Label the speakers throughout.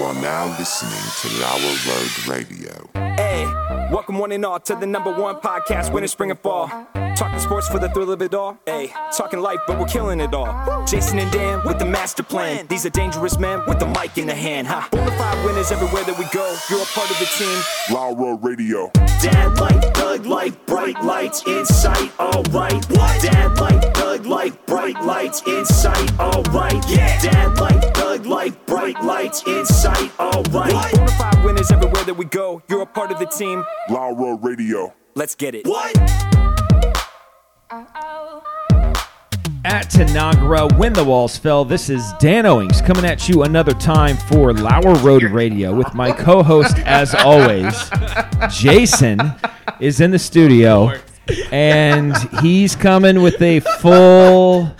Speaker 1: are now listening to Lower Road Radio.
Speaker 2: Hey, welcome one and all to the number one podcast, winter, spring, and fall. Talking sports for the thrill of it all. Hey, talking life, but we're killing it all. Jason and Dan with the master plan. These are dangerous men with the mic in the hand. Ha! Bona fide winners everywhere that we go. You're a part of the team.
Speaker 1: Lower Radio.
Speaker 2: Dad life, thug life, bright lights in sight, alright. What? Dad life, thug life, bright lights in sight, alright. Yeah. Dad life, thug life, bright lights in sight, alright. Bona fide winners everywhere that we go. You're a part of the team.
Speaker 1: Lower Radio.
Speaker 2: Let's get it.
Speaker 3: at Tanagra when the walls fell. This is Dan Owings coming at you another time for Lower Road Radio with my co-host as always. Jason is in the studio and he's coming with a full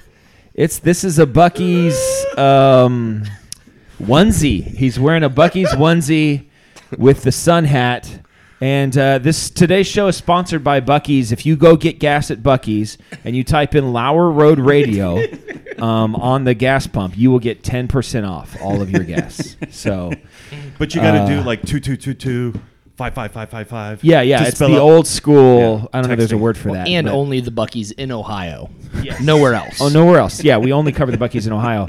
Speaker 3: it's this is a Bucky's um onesie. He's wearing a Bucky's onesie with the sun hat. And uh, this today's show is sponsored by Bucky's. If you go get gas at Bucky's and you type in Lower Road Radio um, on the gas pump, you will get ten percent off all of your gas. So,
Speaker 4: But you got to do like two two two two five five five five five.
Speaker 3: Uh, yeah, yeah,
Speaker 4: to
Speaker 3: it's
Speaker 4: spell
Speaker 3: the
Speaker 4: out-
Speaker 3: old school.
Speaker 4: Yeah,
Speaker 3: I don't know. if There's a
Speaker 4: texting.
Speaker 3: word for that.
Speaker 5: and
Speaker 3: but-
Speaker 5: only the Buckies in Ohio. Nowhere else.
Speaker 3: Oh, nowhere else. Yeah, we only cover the Buckies in Ohio.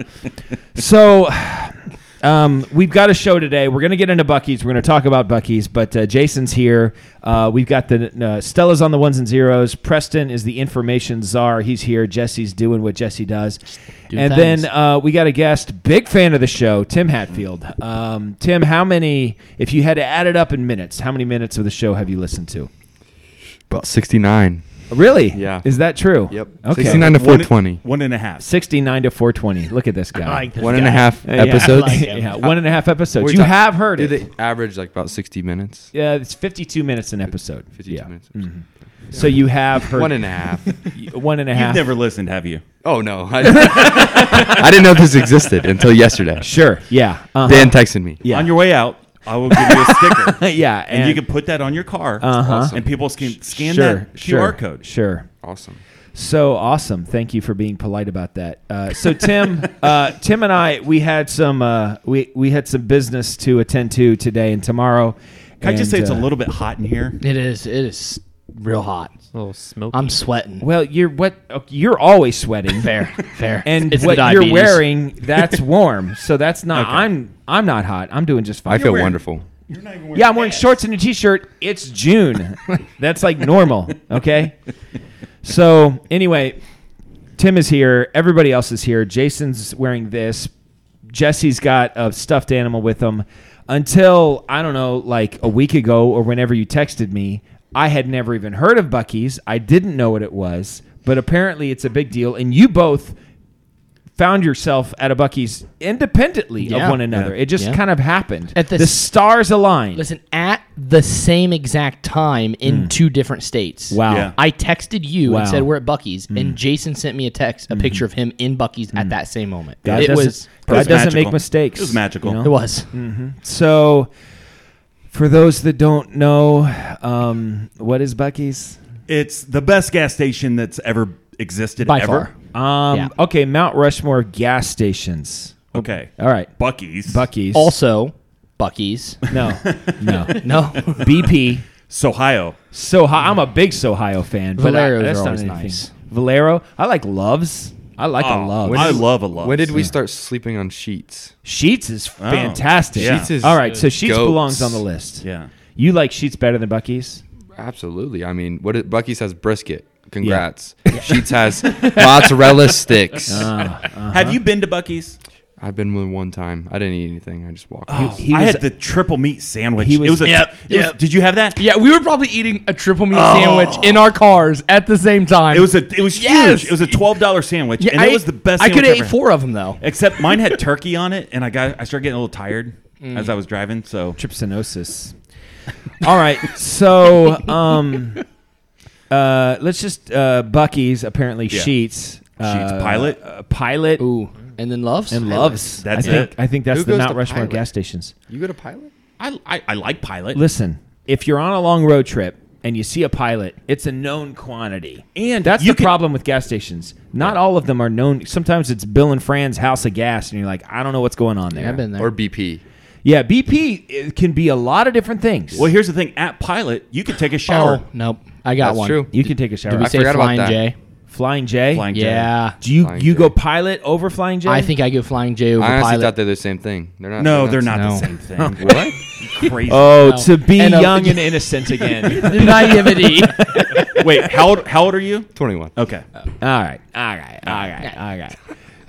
Speaker 3: So um, we've got a show today. We're going to get into Buckies. We're going to talk about Buckies, but uh, Jason's here. Uh, we've got the uh, Stella's on the ones and zeros. Preston is the information czar. He's here. Jesse's doing what Jesse does.
Speaker 5: Doing
Speaker 3: and
Speaker 5: things.
Speaker 3: then uh, we got a guest, big fan of the show, Tim Hatfield. Um, Tim, how many, if you had to add it up in minutes, how many minutes of the show have you listened to?
Speaker 6: About 69.
Speaker 3: Really?
Speaker 6: Yeah.
Speaker 3: Is that true?
Speaker 6: Yep.
Speaker 3: Okay.
Speaker 6: 69 to
Speaker 4: One-
Speaker 6: 420.
Speaker 4: One and a half.
Speaker 3: 69 to 420. Look at this guy.
Speaker 6: One and a half
Speaker 3: Yeah,
Speaker 6: episodes.
Speaker 5: I like it.
Speaker 3: Yeah, one and a half episodes.
Speaker 6: We're
Speaker 3: You
Speaker 6: talk-
Speaker 3: have heard
Speaker 6: Did
Speaker 3: it.
Speaker 6: it average like about 60 minutes?
Speaker 3: Yeah, it's 52 minutes an episode.
Speaker 6: 52
Speaker 3: yeah. Mm-hmm.
Speaker 6: minutes.
Speaker 3: So you have heard
Speaker 6: One and a half.
Speaker 3: one and a
Speaker 4: You've
Speaker 3: half.
Speaker 4: never listened, have you?
Speaker 6: oh, no. I, I didn't know this existed until yesterday.
Speaker 3: sure. Yeah. Uh-huh.
Speaker 6: Dan texted me.
Speaker 3: Yeah.
Speaker 4: On your way out, I will give you a sticker. and,
Speaker 3: yeah. And,
Speaker 4: you can put that on your car.
Speaker 3: Uh-huh.
Speaker 4: And people can scan
Speaker 3: sure,
Speaker 4: that QR
Speaker 3: sure,
Speaker 4: code.
Speaker 3: Sure.
Speaker 6: Awesome.
Speaker 3: So awesome! Thank you for being polite about that. Uh, so Tim, uh, Tim and I, we had some uh, we we had some business to attend to today and tomorrow.
Speaker 4: Can I just say
Speaker 3: and,
Speaker 4: it's a
Speaker 3: uh,
Speaker 4: little bit hot in here?
Speaker 5: It is. It is real hot.
Speaker 7: little smoky.
Speaker 5: I'm sweating.
Speaker 3: Well, you're what okay, you're always sweating.
Speaker 5: fair, fair.
Speaker 3: and
Speaker 5: It's the
Speaker 3: what you're
Speaker 5: diabetes.
Speaker 3: wearing that's warm so that's not i'm i'm not hot i'm doing just fine
Speaker 6: I feel
Speaker 4: wearing-
Speaker 6: wonderful.
Speaker 4: You're not even
Speaker 3: yeah i'm wearing shorts and a t-shirt it's june that's like normal okay so anyway tim is here everybody else is here jason's wearing this jesse's got a stuffed animal with him until i don't know like a week ago or whenever you texted me i had never even heard of bucky's i didn't know what it was but apparently it's a big deal and you both found yourself at a Bucky's independently of
Speaker 5: Yeah.
Speaker 3: one another. It just
Speaker 5: Yeah.
Speaker 3: kind of happened.
Speaker 5: At the
Speaker 3: the
Speaker 5: s-
Speaker 3: stars aligned.
Speaker 5: Listen, at the same exact time in two different states.
Speaker 3: Hmm. Wow.
Speaker 4: Yeah.
Speaker 5: I texted you
Speaker 3: Wow. Hmm.
Speaker 5: and said we're at Bucky's, and Jason sent me a text, a picture of him in Bucky's at that same moment.
Speaker 3: God
Speaker 5: it
Speaker 3: Hmm. doesn't- Hmm.
Speaker 5: was.
Speaker 3: God
Speaker 4: was
Speaker 3: doesn't
Speaker 4: magical.
Speaker 3: make mistakes.
Speaker 4: It was magical.
Speaker 5: It was.
Speaker 3: So, for those that don't know, um, what is Bucky's?
Speaker 4: It's the best gas station that's ever existed
Speaker 5: By
Speaker 4: ever.
Speaker 5: far.
Speaker 3: Um,
Speaker 5: Yeah.
Speaker 3: Okay, Mount Rushmore gas stations.
Speaker 4: Okay.
Speaker 3: Oh, All right,
Speaker 4: Bucky's.
Speaker 3: Bucky's.
Speaker 5: Also, Bucky's.
Speaker 3: no, no.
Speaker 5: No.
Speaker 3: BP.
Speaker 4: Sohio.
Speaker 3: Soho. I'm a big Sohio fan, but I,
Speaker 5: Valeros
Speaker 3: that's
Speaker 5: are
Speaker 3: not
Speaker 5: always
Speaker 3: anything.
Speaker 5: nice.
Speaker 3: Valero. I like loves. I like a love.
Speaker 4: Ah, Oh, I love a love.
Speaker 6: When did we start sleeping on sheets?
Speaker 3: Sheets is fantastic.
Speaker 4: yeah. Sheetz
Speaker 6: is
Speaker 3: all right. So Sheets
Speaker 6: goats.
Speaker 3: belongs on the list.
Speaker 4: Yeah.
Speaker 3: You like Sheets better than Bucky's?
Speaker 6: Absolutely. I mean, what it, Bucky's has brisket. Congrats. Sheets has mozzarella sticks.
Speaker 3: Uh. Uh-huh.
Speaker 4: Have you been to Bucky's?
Speaker 6: I've been with one time. I didn't eat anything. I just walked.
Speaker 3: He
Speaker 4: I
Speaker 3: was-
Speaker 4: had the triple meat sandwich.
Speaker 3: He was-
Speaker 4: it was a,
Speaker 5: Yep,
Speaker 4: it was-
Speaker 5: yep.
Speaker 4: Did you have that?
Speaker 5: yeah, we were probably eating a triple meat
Speaker 3: Oh.
Speaker 5: sandwich in our cars at the same time.
Speaker 4: It was a it was
Speaker 5: Yes!
Speaker 4: huge. It was a twelve dollar sandwich,
Speaker 5: Yeah,
Speaker 4: and it was the best.
Speaker 5: I
Speaker 4: sandwich
Speaker 5: could have
Speaker 4: ever.
Speaker 5: ate four of them though.
Speaker 4: Except mine had turkey on it, and I got I started getting a little tired
Speaker 5: Mm.
Speaker 4: as I was driving. So
Speaker 3: Trypsinosis. all right. So um, uh, let's just uh, Bucky's apparently
Speaker 4: Yeah.
Speaker 3: Sheets. Uh,
Speaker 4: Pilot?
Speaker 3: uh, pilot,
Speaker 5: Ooh, and then loves
Speaker 3: and loves.
Speaker 4: That's
Speaker 3: I think,
Speaker 4: it.
Speaker 3: I think that's
Speaker 6: Who
Speaker 3: the
Speaker 6: goes
Speaker 3: Mount
Speaker 6: to
Speaker 3: Rushmore
Speaker 6: Pilot?
Speaker 3: gas stations.
Speaker 6: You go to Pilot?
Speaker 4: I I, I like Pilot.
Speaker 3: Listen, if you're on a long road trip and you see a pilot, it's a known quantity. And that's
Speaker 4: you
Speaker 3: the
Speaker 4: can-
Speaker 3: problem with gas stations. Not all of them are known. Sometimes it's Bill and Fran's house of gas, and you're like, I don't know what's going on there.
Speaker 5: I've been there. Oh,
Speaker 6: Or BP.
Speaker 3: Yeah, BP can be a lot of different things.
Speaker 4: Well, here's the thing: at Pilot, you could take a shower.
Speaker 5: Oh, nope. I got
Speaker 6: That's
Speaker 5: one.
Speaker 6: true.
Speaker 3: you can take a shower.
Speaker 5: Did we
Speaker 6: I
Speaker 5: say
Speaker 6: forgot about
Speaker 5: Flying
Speaker 6: that.
Speaker 5: J?
Speaker 3: Flying J.
Speaker 4: Flying J.
Speaker 5: Yeah.
Speaker 3: Do you
Speaker 6: Flying
Speaker 3: you
Speaker 6: J.
Speaker 3: go pilot over Flying J?
Speaker 5: I think I go Flying J over
Speaker 6: I honestly
Speaker 5: Pilot.
Speaker 6: thought they're the same thing. They're not.
Speaker 4: No, they're not
Speaker 5: No.
Speaker 4: the same thing.
Speaker 6: What?
Speaker 4: Crazy.
Speaker 3: Oh,
Speaker 5: No.
Speaker 3: to be
Speaker 5: And a-
Speaker 3: young and innocent again.
Speaker 5: Naivety.
Speaker 4: Wait, how old, how old are you?
Speaker 6: Twenty-one.
Speaker 4: Okay.
Speaker 5: Uh,
Speaker 3: all right, all right, all right, all right.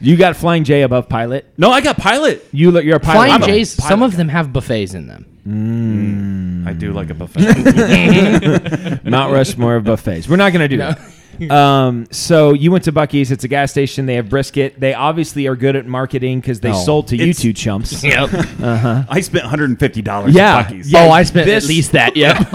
Speaker 3: You got Flying J above pilot.
Speaker 4: No, I got Pilot.
Speaker 3: You look, you're a pilot.
Speaker 5: Flying
Speaker 3: I'm a-
Speaker 5: J's,
Speaker 4: pilot
Speaker 5: some of them have buffets in them.
Speaker 4: I do like a buffet.
Speaker 3: Mount Rushmore of buffets. We're not going to do that. Um, so you went to Bucky's. It's a gas station. They have brisket. They obviously are good at marketing because they
Speaker 5: No.
Speaker 3: sold to you
Speaker 4: It's-
Speaker 3: two chumps.
Speaker 5: Yep.
Speaker 4: I spent 150 dollars.
Speaker 3: Yeah.
Speaker 4: at Buc-ee's.
Speaker 3: Yeah.
Speaker 5: oh, I spent
Speaker 3: This-
Speaker 5: at least that. Yep.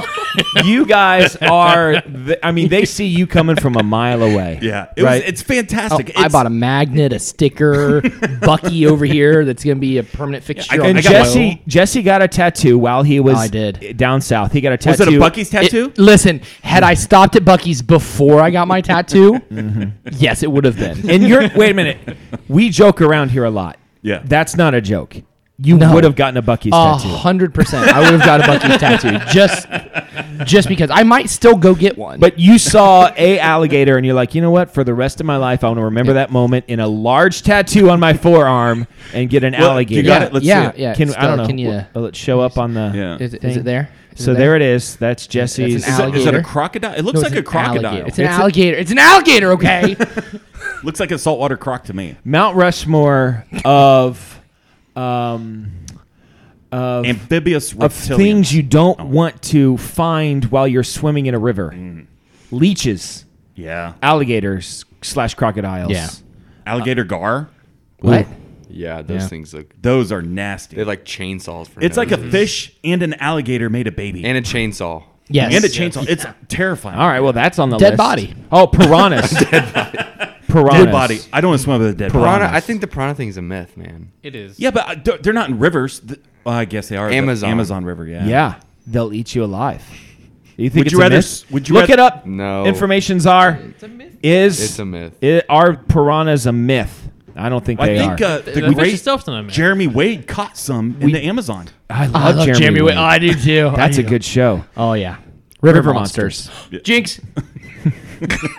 Speaker 3: you guys are. The, I mean, they see you coming from a mile away.
Speaker 4: Yeah, it
Speaker 3: right.
Speaker 4: was, it's fantastic.
Speaker 5: Oh, I
Speaker 4: It's-
Speaker 5: bought a magnet, a sticker, Bucky over here. That's gonna be a permanent fixture.
Speaker 4: I
Speaker 5: on
Speaker 3: and
Speaker 5: the
Speaker 4: got
Speaker 5: wall.
Speaker 3: Jesse, Jesse got a tattoo while he was
Speaker 5: Oh, I did.
Speaker 3: down south. He got a
Speaker 4: Was
Speaker 3: tattoo.
Speaker 4: it a Bucky's
Speaker 5: It-
Speaker 4: tattoo?
Speaker 5: listen, had I stopped at Bucky's before I got my tattoo, yes, it would have been.
Speaker 3: And you're wait a minute. We joke around here a lot.
Speaker 4: Yeah.
Speaker 3: That's not a joke. You
Speaker 5: No.
Speaker 3: would have gotten a Bucky's
Speaker 5: A
Speaker 3: tattoo.
Speaker 5: hundred percent, I would have got a Bucky's tattoo just, just because I might still go get one.
Speaker 3: But you saw a alligator and you're like, you know what? For the rest of my life, I want to remember that moment in a large tattoo on my forearm and get an
Speaker 4: you
Speaker 3: alligator.
Speaker 4: got
Speaker 5: yeah,
Speaker 4: it. Let's
Speaker 5: yeah,
Speaker 4: see it.
Speaker 5: yeah.
Speaker 3: Can
Speaker 5: it's
Speaker 3: I don't
Speaker 5: still-
Speaker 3: know?
Speaker 5: Can you?
Speaker 3: Will it show up on the?
Speaker 4: yeah.
Speaker 5: Is, it- is it there? Is
Speaker 3: So there it is. That's
Speaker 5: an
Speaker 3: Jesse's.
Speaker 5: alligator.
Speaker 4: Is that a crocodile? It looks
Speaker 5: No, it's
Speaker 4: like a
Speaker 5: an alligator.
Speaker 4: crocodile.
Speaker 5: It's an
Speaker 3: It's a-
Speaker 5: alligator. it's an alligator. Okay.
Speaker 4: looks like a saltwater croc to me.
Speaker 3: Mount Rushmore of um, of,
Speaker 4: Amphibious
Speaker 3: of
Speaker 4: reptilian.
Speaker 3: things you don't want to find while you're swimming in a river.
Speaker 4: Mm.
Speaker 3: Leeches,
Speaker 4: yeah.
Speaker 3: alligators slash crocodiles.
Speaker 5: Yeah.
Speaker 4: Alligator gar.
Speaker 5: what?
Speaker 6: Yeah, those
Speaker 5: Yeah.
Speaker 6: things look.
Speaker 4: Those are nasty.
Speaker 6: They're like chainsaws for.
Speaker 4: it's like a
Speaker 6: noses.
Speaker 4: fish and an alligator made a baby
Speaker 6: and a chainsaw.
Speaker 5: Yes.
Speaker 4: And a chainsaw. It's terrifying.
Speaker 3: All right, well that's on the
Speaker 5: Dead
Speaker 3: list.
Speaker 5: body.
Speaker 3: Oh, piranhas. dead body. Piranhas.
Speaker 4: Dead body. I don't want to swim with a dead
Speaker 6: Piranha.
Speaker 4: body.
Speaker 6: I think the piranha thing's a myth, man.
Speaker 7: It is.
Speaker 4: Yeah, but uh, they're- they're not in rivers. Th- well, I guess they are. but
Speaker 6: Amazon.
Speaker 4: Amazon River. Yeah.
Speaker 3: Yeah, they'll eat you alive. You think
Speaker 4: Would
Speaker 3: it's
Speaker 4: you
Speaker 3: a
Speaker 4: rather
Speaker 3: myth?
Speaker 4: s- would you
Speaker 3: look
Speaker 4: rath-
Speaker 3: it up?
Speaker 6: No.
Speaker 3: Information's are
Speaker 7: It's a myth.
Speaker 3: is
Speaker 6: It's a myth.
Speaker 3: i- are piranhas a myth? I don't think
Speaker 4: I
Speaker 3: they
Speaker 4: think
Speaker 3: are.
Speaker 4: uh, the
Speaker 7: The fish
Speaker 4: great
Speaker 7: itself's not a myth.
Speaker 4: Jeremy Wade caught some in the Amazon.
Speaker 3: I love,
Speaker 5: I love Jeremy, Wade. Oh, I do too. I
Speaker 3: That's a
Speaker 5: do.
Speaker 3: good show.
Speaker 5: Oh yeah.
Speaker 3: River, Monsters.
Speaker 5: Jinx.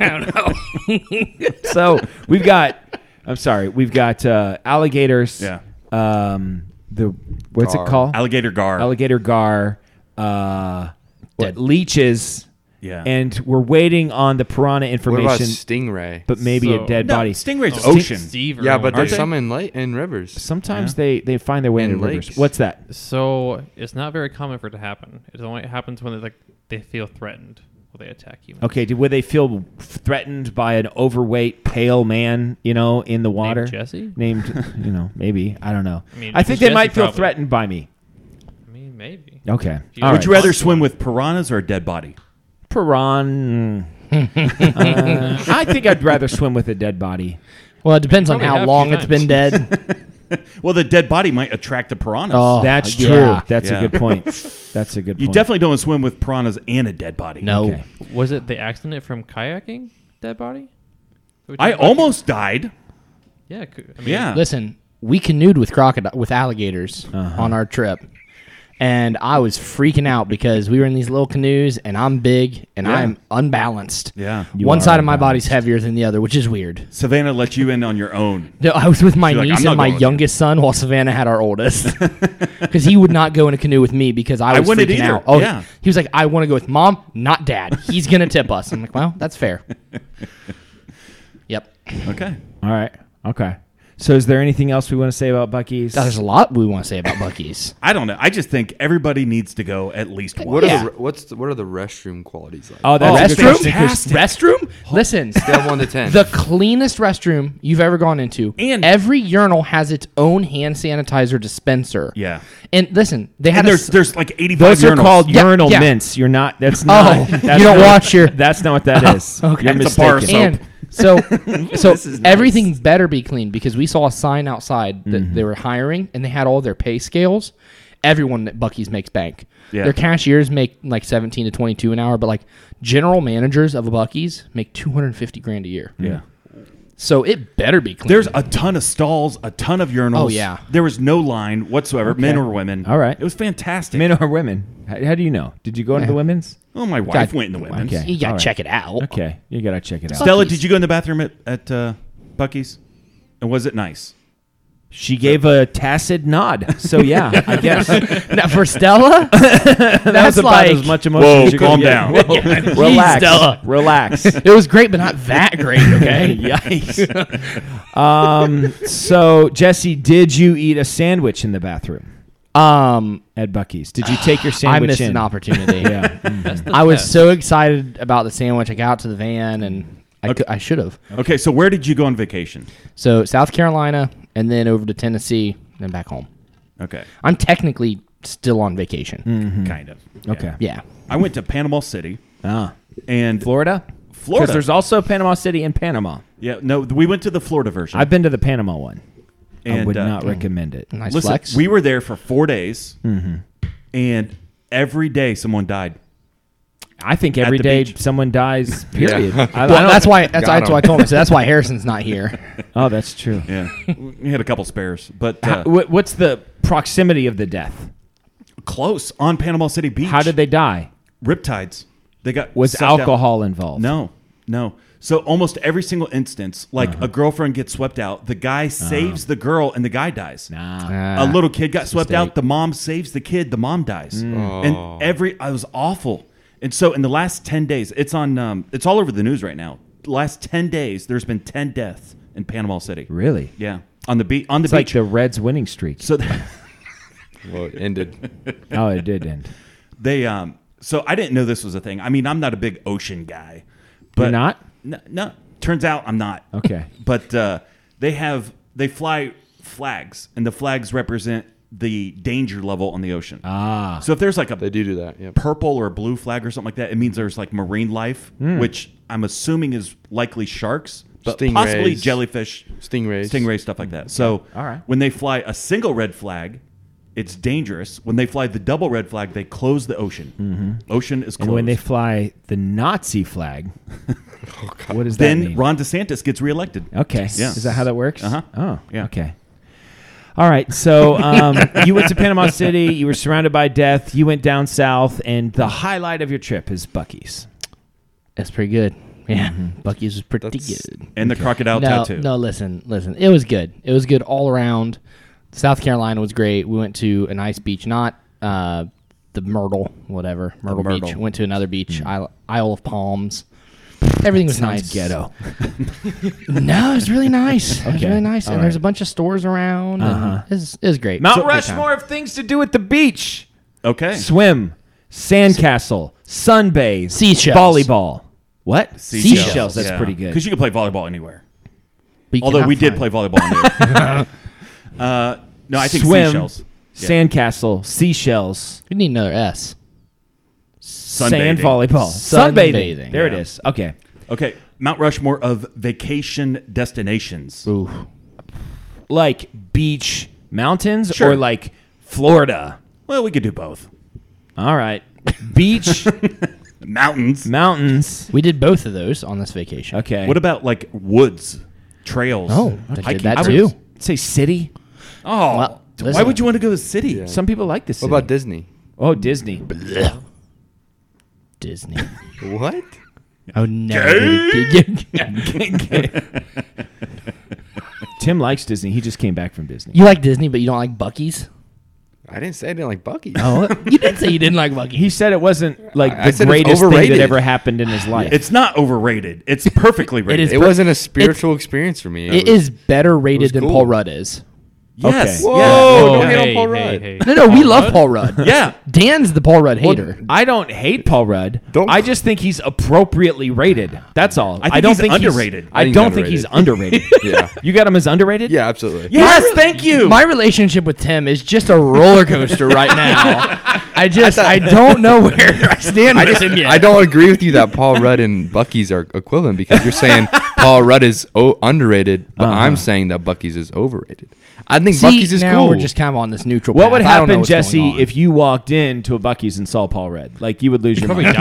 Speaker 5: I don't know.
Speaker 3: so we've got. I'm sorry. We've got uh, alligators.
Speaker 4: Yeah.
Speaker 3: Um, the what's
Speaker 6: Gar.
Speaker 3: it called?
Speaker 4: Alligator gar.
Speaker 3: Alligator gar. Uh, what,
Speaker 5: Dead.
Speaker 3: leeches.
Speaker 4: Yeah.
Speaker 3: And we're waiting on the piranha
Speaker 6: What about
Speaker 3: information,
Speaker 6: stingray?
Speaker 3: but maybe a
Speaker 7: So-
Speaker 3: dead
Speaker 4: no,
Speaker 3: body.
Speaker 4: stingrays
Speaker 3: Oh.
Speaker 4: ocean.
Speaker 7: Steve or
Speaker 6: yeah,
Speaker 7: Owen.
Speaker 6: but
Speaker 4: Aren't
Speaker 6: there's
Speaker 4: they?
Speaker 6: some in lake in rivers.
Speaker 3: Sometimes they, they find their way
Speaker 6: And
Speaker 3: into rivers.
Speaker 6: lakes.
Speaker 3: What's that?
Speaker 7: So it's not very common for it to happen. It only happens when they like they feel threatened or they attack you.
Speaker 3: Okay, do, would they feel threatened by an overweight, pale man, you know, in the water?
Speaker 7: Jesse?
Speaker 3: Named, you know, maybe. I don't know. I,
Speaker 7: I mean,
Speaker 3: think
Speaker 7: it's
Speaker 3: they
Speaker 7: Jesse
Speaker 3: might feel
Speaker 7: probably.
Speaker 3: threatened by me.
Speaker 7: I mean, maybe.
Speaker 3: Okay.
Speaker 7: Would
Speaker 3: All
Speaker 4: Would
Speaker 3: right.
Speaker 4: you rather swim with piranhas or a dead body?
Speaker 3: Piran. Uh, I think I'd rather swim with a dead body.
Speaker 5: Well, it depends on
Speaker 7: Probably
Speaker 5: how
Speaker 7: have
Speaker 5: long
Speaker 7: few
Speaker 5: it's been dead.
Speaker 4: Well, the dead body might attract the piranhas.
Speaker 5: Oh,
Speaker 3: That's
Speaker 5: yeah.
Speaker 3: true. That's
Speaker 4: Yeah.
Speaker 3: a good point. That's a good
Speaker 4: you
Speaker 3: point.
Speaker 4: definitely don't swim with piranhas and a dead body.
Speaker 5: No.
Speaker 3: Okay.
Speaker 7: Was it the accident from kayaking? Dead body? Which
Speaker 4: I
Speaker 7: is-
Speaker 4: almost died.
Speaker 7: Yeah. cou- I mean,
Speaker 4: Yeah.
Speaker 5: Listen, we canoed with crocodile with alligators
Speaker 4: Uh-huh.
Speaker 5: on our trip. And I was freaking out because we were in these little canoes and I'm big and
Speaker 4: Yeah.
Speaker 5: I'm unbalanced.
Speaker 4: Yeah.
Speaker 3: You
Speaker 5: One
Speaker 3: are
Speaker 5: side of my
Speaker 3: unbalanced.
Speaker 5: body's heavier than the other, which is weird.
Speaker 4: Savannah let you in on your own.
Speaker 5: No, I was with my
Speaker 4: She's like, "I'm
Speaker 5: niece
Speaker 4: not
Speaker 5: and my
Speaker 4: going with
Speaker 5: youngest son while Savannah had our oldest. Because he would not go in a canoe with me because I was
Speaker 4: wouldn't
Speaker 5: freaking
Speaker 4: either.
Speaker 5: out. Oh,
Speaker 4: Yeah.
Speaker 5: He was like, I want to go with mom, not dad. He's going to tip us. I'm like, well, that's fair. yep.
Speaker 4: Okay.
Speaker 3: All right. Okay. So is there anything else we want to say about Bucky's?
Speaker 5: Now, there's a lot we want to say about Bucky's.
Speaker 4: I don't know. I just think everybody needs to go at least once.
Speaker 6: What
Speaker 5: Yeah.
Speaker 6: are the, what's the, what are the restroom qualities like?
Speaker 3: Oh, that's a good
Speaker 5: restroom?
Speaker 3: question, 'cause-
Speaker 5: Restroom? Listen,
Speaker 6: Scale one to ten.
Speaker 5: the cleanest restroom you've ever gone into.
Speaker 4: And-
Speaker 5: every urinal has its own hand sanitizer dispenser.
Speaker 4: Yeah.
Speaker 5: And listen, they had
Speaker 4: And
Speaker 5: a
Speaker 4: there's
Speaker 5: s-
Speaker 4: there's like 85
Speaker 3: Those are
Speaker 4: urinals.
Speaker 3: called
Speaker 5: Yeah,
Speaker 3: urinal
Speaker 5: yeah.
Speaker 3: mints. You're not. That's not.
Speaker 5: Oh,
Speaker 3: that's
Speaker 5: you don't
Speaker 3: not-
Speaker 5: watch your-
Speaker 3: That's not what that is.
Speaker 5: okay.
Speaker 3: You're
Speaker 4: It's a bar of
Speaker 3: mistaken.
Speaker 4: soap.
Speaker 5: and so so everything better be clean because we saw a sign outside that
Speaker 3: Mm-hmm.
Speaker 5: they were hiring and they had all their pay scales. Everyone at Bucky's makes bank.
Speaker 4: Yeah.
Speaker 5: Their cashiers make like 17 to 22 an hour, but like general managers of a Bucky's make 250 grand a year.
Speaker 4: Yeah.
Speaker 5: So it better be clean.
Speaker 4: There's a ton of stalls, a ton of urinals.
Speaker 5: Oh, yeah.
Speaker 4: There was no line whatsoever, men or women.
Speaker 3: All right.
Speaker 4: It was fantastic.
Speaker 3: Men or women? How, how do you know? Did you go into the women's?
Speaker 4: oh, my wife
Speaker 5: God.
Speaker 4: went in the women's.
Speaker 3: Okay.
Speaker 5: you gotta
Speaker 3: all right.
Speaker 5: check it out.
Speaker 3: Okay, you gotta check it out.
Speaker 4: Stella,
Speaker 5: Buc-ee's.
Speaker 4: did you go in the bathroom at, at uh, Bucky's? And was it nice?
Speaker 3: She gave a tacit nod. So yeah, I guess that
Speaker 5: Now, for Stella,
Speaker 3: was
Speaker 5: that's
Speaker 3: about
Speaker 5: like
Speaker 3: as much emotion. as you could
Speaker 4: calm
Speaker 3: get.
Speaker 4: down.
Speaker 3: Relax,
Speaker 5: Stella.
Speaker 3: relax.
Speaker 5: it was great, but not that great. Okay,
Speaker 3: Yikes. um, so Jesse, did you eat a sandwich in the bathroom
Speaker 5: um,
Speaker 3: at Bucky's? Did you take your
Speaker 5: I
Speaker 3: sandwich
Speaker 5: missed
Speaker 3: in?
Speaker 5: an opportunity.
Speaker 3: Yeah.
Speaker 7: That's the
Speaker 5: I was
Speaker 7: test.
Speaker 5: so excited about the sandwich. I got out to the van and I, cou- I should have.
Speaker 4: Okay, so where did you go on vacation?
Speaker 5: So South Carolina and then over to Tennessee and back home.
Speaker 4: Okay,
Speaker 5: I'm technically still on vacation.
Speaker 4: kind of.
Speaker 3: Okay.
Speaker 5: Yeah.
Speaker 4: Mm-hmm. I went to Panama City
Speaker 3: Ah.
Speaker 4: and
Speaker 3: Florida.
Speaker 4: Florida.
Speaker 3: there's also Panama City and Panama.
Speaker 4: Yeah, no, we went to the Florida version.
Speaker 3: I've been to the Panama one. I
Speaker 4: And,
Speaker 3: would
Speaker 4: uh,
Speaker 3: not recommend Mm-hmm. it.
Speaker 5: Nice
Speaker 4: Listen,
Speaker 5: flex.
Speaker 4: we were there for four days, and every day someone died.
Speaker 3: I think every
Speaker 4: the
Speaker 3: day
Speaker 4: beach.
Speaker 3: someone dies. Period. I- I,
Speaker 5: well,
Speaker 3: don't-
Speaker 5: that's why. That's,
Speaker 6: Got
Speaker 5: that's why I
Speaker 6: him.
Speaker 5: told him. So that's why Harrison's not here.
Speaker 3: Oh, that's true.
Speaker 4: Yeah, we had a couple spares, but
Speaker 3: How-
Speaker 4: uh,
Speaker 3: wh- what's the proximity of the death?
Speaker 4: close on Panama City Beach.
Speaker 3: How did they die?
Speaker 4: Riptides. They got
Speaker 3: Was
Speaker 4: sucked out.
Speaker 3: alcohol involved?
Speaker 4: No, no. So almost every single instance, like
Speaker 3: Uh-huh.
Speaker 4: a girlfriend gets swept out, the guy saves the girl, and the guy dies.
Speaker 3: Nah.
Speaker 4: a little kid got swept
Speaker 5: mistake.
Speaker 4: out. The mom saves the kid. The mom dies.
Speaker 3: Mm.
Speaker 4: And every I was awful. And so in the last ten days, it's on. Um, it's all over the news right now. The last ten days, there's been ten deaths in Panama City.
Speaker 3: Really?
Speaker 4: Yeah, on the beach. On the
Speaker 3: It's like
Speaker 4: beach.
Speaker 3: the Reds winning streak.
Speaker 4: so th-
Speaker 6: Well, it ended.
Speaker 3: oh, it did end.
Speaker 4: they. Um, so I didn't know this was a thing. I mean, I'm not a big ocean guy, but
Speaker 3: You're not?
Speaker 4: No, no. Turns out I'm not.
Speaker 3: Okay.
Speaker 4: But uh, they have they fly flags, and the flags represent the danger level on the ocean. Ah. So if there's like a
Speaker 6: They do do that. Yep.
Speaker 4: purple or blue flag or something like that, it means there's like marine life,
Speaker 3: Hmm.
Speaker 4: which I'm assuming is likely sharks, but possibly
Speaker 6: Stingrays.
Speaker 4: jellyfish,
Speaker 6: Stingrays.
Speaker 4: stingray stuff like that. So
Speaker 3: Hmm. All right.
Speaker 4: when they fly a single red flag, it's dangerous. When they fly the double red flag, they close the ocean. Ocean is closed.
Speaker 3: Mm-hmm. And when they fly the Nazi flag, what does that Oh.
Speaker 4: then
Speaker 3: mean?
Speaker 4: Ron DeSantis gets reelected.
Speaker 3: okay.
Speaker 4: Yeah.
Speaker 3: Is that how that works?
Speaker 4: Uh-huh.
Speaker 3: Oh,
Speaker 4: Yeah.
Speaker 3: okay. All right. So um, you went to Panama City. You were surrounded by death. You went down south. And the highlight of your trip is Bucky's.
Speaker 5: That's pretty good. Yeah, Bucky's was pretty
Speaker 6: That's-
Speaker 5: good.
Speaker 4: And the crocodile
Speaker 5: No,
Speaker 4: tattoo.
Speaker 5: no, listen, listen. It was good. It was good all around. South Carolina was great. We went to a nice beach, not uh, the Myrtle, whatever Myrtle, Beach.
Speaker 4: Myrtle. Hmm.
Speaker 5: Went to another beach, Isle, Isle of Palms. Everything was nice.
Speaker 3: Ghetto.
Speaker 5: No, it was really nice. It was
Speaker 3: Okay.
Speaker 5: really nice.
Speaker 3: All
Speaker 5: and there's
Speaker 3: right.
Speaker 5: a bunch of stores around. uh
Speaker 4: Uh-huh.
Speaker 5: It, was, it was great.
Speaker 3: Mount
Speaker 5: It was a good time.
Speaker 3: Rushmore of things to do at the beach
Speaker 4: Okay.
Speaker 3: swim, sandcastle, sunbathe,
Speaker 5: Seashells.
Speaker 3: volleyball. What?
Speaker 5: Seashells.
Speaker 3: That's pretty good.
Speaker 4: Because you can play volleyball anywhere.
Speaker 5: But you
Speaker 4: Although
Speaker 5: cannot
Speaker 4: we did play
Speaker 5: find-
Speaker 4: volleyball anywhere. uh, no, I think
Speaker 3: swim,
Speaker 4: seashells. Yeah.
Speaker 3: sandcastle, seashells,
Speaker 5: We need another S.
Speaker 3: sand
Speaker 4: Sunbathing.
Speaker 3: volleyball, sunbathing.
Speaker 5: Sunbathing,
Speaker 3: There it
Speaker 4: yeah.
Speaker 3: is. Okay.
Speaker 4: Okay. Mount Rushmore of vacation destinations.
Speaker 5: Ooh.
Speaker 3: Like beach mountains or
Speaker 4: Sure.
Speaker 3: like Florida.
Speaker 4: Well, we could do both.
Speaker 3: All right. Beach
Speaker 4: Mountains.
Speaker 3: mountains.
Speaker 5: We did both of those on this vacation.
Speaker 3: Okay.
Speaker 4: What about like woods, trails?
Speaker 5: Oh, I did
Speaker 4: hiking
Speaker 5: that
Speaker 4: trails?
Speaker 5: too.
Speaker 3: say city?
Speaker 4: Oh,
Speaker 5: Well,
Speaker 4: why
Speaker 5: listen.
Speaker 4: would you want to go to the city?
Speaker 3: Some people like this.
Speaker 6: What about Disney?
Speaker 3: Oh, Disney.
Speaker 5: Disney.
Speaker 6: What?
Speaker 5: Oh no.
Speaker 3: Tim likes Disney. He just came back from Disney.
Speaker 5: you like Disney, but you don't like Bucky's.
Speaker 6: I didn't say I didn't like Bucky.
Speaker 5: Oh, you did say you didn't like Bucky's.
Speaker 3: He said it wasn't like
Speaker 6: I- I
Speaker 3: the
Speaker 6: said it's
Speaker 3: greatest thing that
Speaker 6: overrated.
Speaker 3: ever happened in his life.
Speaker 4: It's not overrated. It's perfectly rated.
Speaker 5: is-
Speaker 6: It wasn't a spiritual experience for me.
Speaker 5: it
Speaker 6: was-
Speaker 5: is better rated than
Speaker 6: cool.
Speaker 5: Paul Rudd is.
Speaker 3: Okay.
Speaker 4: yes.
Speaker 6: Whoa!
Speaker 4: Yeah.
Speaker 6: Don't hate on
Speaker 7: Hey,
Speaker 6: Paul
Speaker 7: hey,
Speaker 6: Rudd.
Speaker 7: hey.
Speaker 5: No, no, we love Paul Rudd.
Speaker 4: Yeah.
Speaker 5: Dan's the Paul Rudd hater.
Speaker 3: I don't hate Paul Rudd.
Speaker 6: Don't-
Speaker 3: I just think he's appropriately rated. That's all. I,
Speaker 4: think
Speaker 3: don't
Speaker 4: he's
Speaker 3: think
Speaker 4: underrated.
Speaker 3: I,
Speaker 6: I think
Speaker 3: don't
Speaker 6: he's
Speaker 3: think he's underrated.
Speaker 6: Yeah.
Speaker 3: You got him as underrated?
Speaker 6: Yeah, absolutely.
Speaker 3: Yes, thank you.
Speaker 5: My relationship with Tim is just a roller coaster right now. I just I, don't know where I stand with him yet.
Speaker 6: I don't agree with you that Paul Rudd and Bucky's are equivalent because you're saying Paul Rudd is o- underrated, but I'm saying that Bucky's is overrated. I think
Speaker 5: See,
Speaker 6: Bucky's is
Speaker 5: now
Speaker 6: cool.
Speaker 5: we're just kind of on this neutral.
Speaker 3: What
Speaker 5: path.
Speaker 3: would
Speaker 5: I don't know
Speaker 3: happen,
Speaker 5: what's going
Speaker 3: Jesse,
Speaker 5: on.
Speaker 3: if you walked into a Bucky's and saw Paul Red? Like you would lose your mind.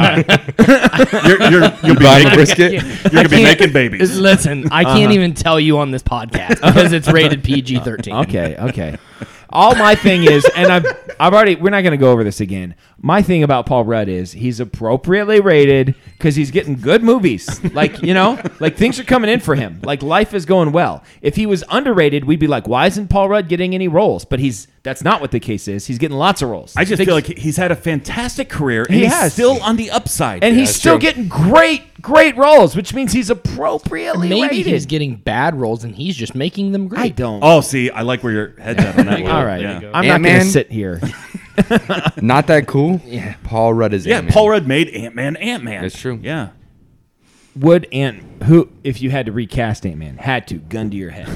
Speaker 4: You're, you're, you'll be
Speaker 6: buying a
Speaker 4: making,
Speaker 6: brisket.
Speaker 4: you're gonna be
Speaker 5: can't-
Speaker 4: making babies.
Speaker 5: Listen, I can't even tell you on this podcast because it's rated PG thirteen.
Speaker 3: Okay, okay. All my thing is, and I've I've already we're not going to go over this again. My thing about Paul Rudd is he's appropriately rated because he's getting good movies. Like you know, like things are coming in for him. Like life is going well. If he was underrated, we'd be like, why isn't Paul Rudd getting any roles? But he's that's not what the case is. He's getting lots of roles.
Speaker 4: I just
Speaker 3: Things-
Speaker 4: feel like he's had a fantastic career, and
Speaker 3: He
Speaker 4: he's
Speaker 3: has.
Speaker 4: still on the upside.
Speaker 3: and he's
Speaker 6: that's
Speaker 3: still
Speaker 6: true.
Speaker 3: getting great, great roles, which means he's appropriately
Speaker 5: Maybe
Speaker 3: rated.
Speaker 5: he's getting bad roles and he's just making them great.
Speaker 3: I don't.
Speaker 4: oh, see, I like where your head's at on that. one.
Speaker 3: All right,
Speaker 4: yeah.
Speaker 3: I'm not going
Speaker 6: Ant-Man?
Speaker 3: to sit here.
Speaker 6: not that cool. Yeah, Paul Rudd is.
Speaker 4: Yeah,
Speaker 6: Ant-Man.
Speaker 4: Paul Rudd made Ant Man. Ant Man.
Speaker 6: That's true.
Speaker 4: Yeah.
Speaker 3: would Ant who if you had to recast Ant Man had to gun to your head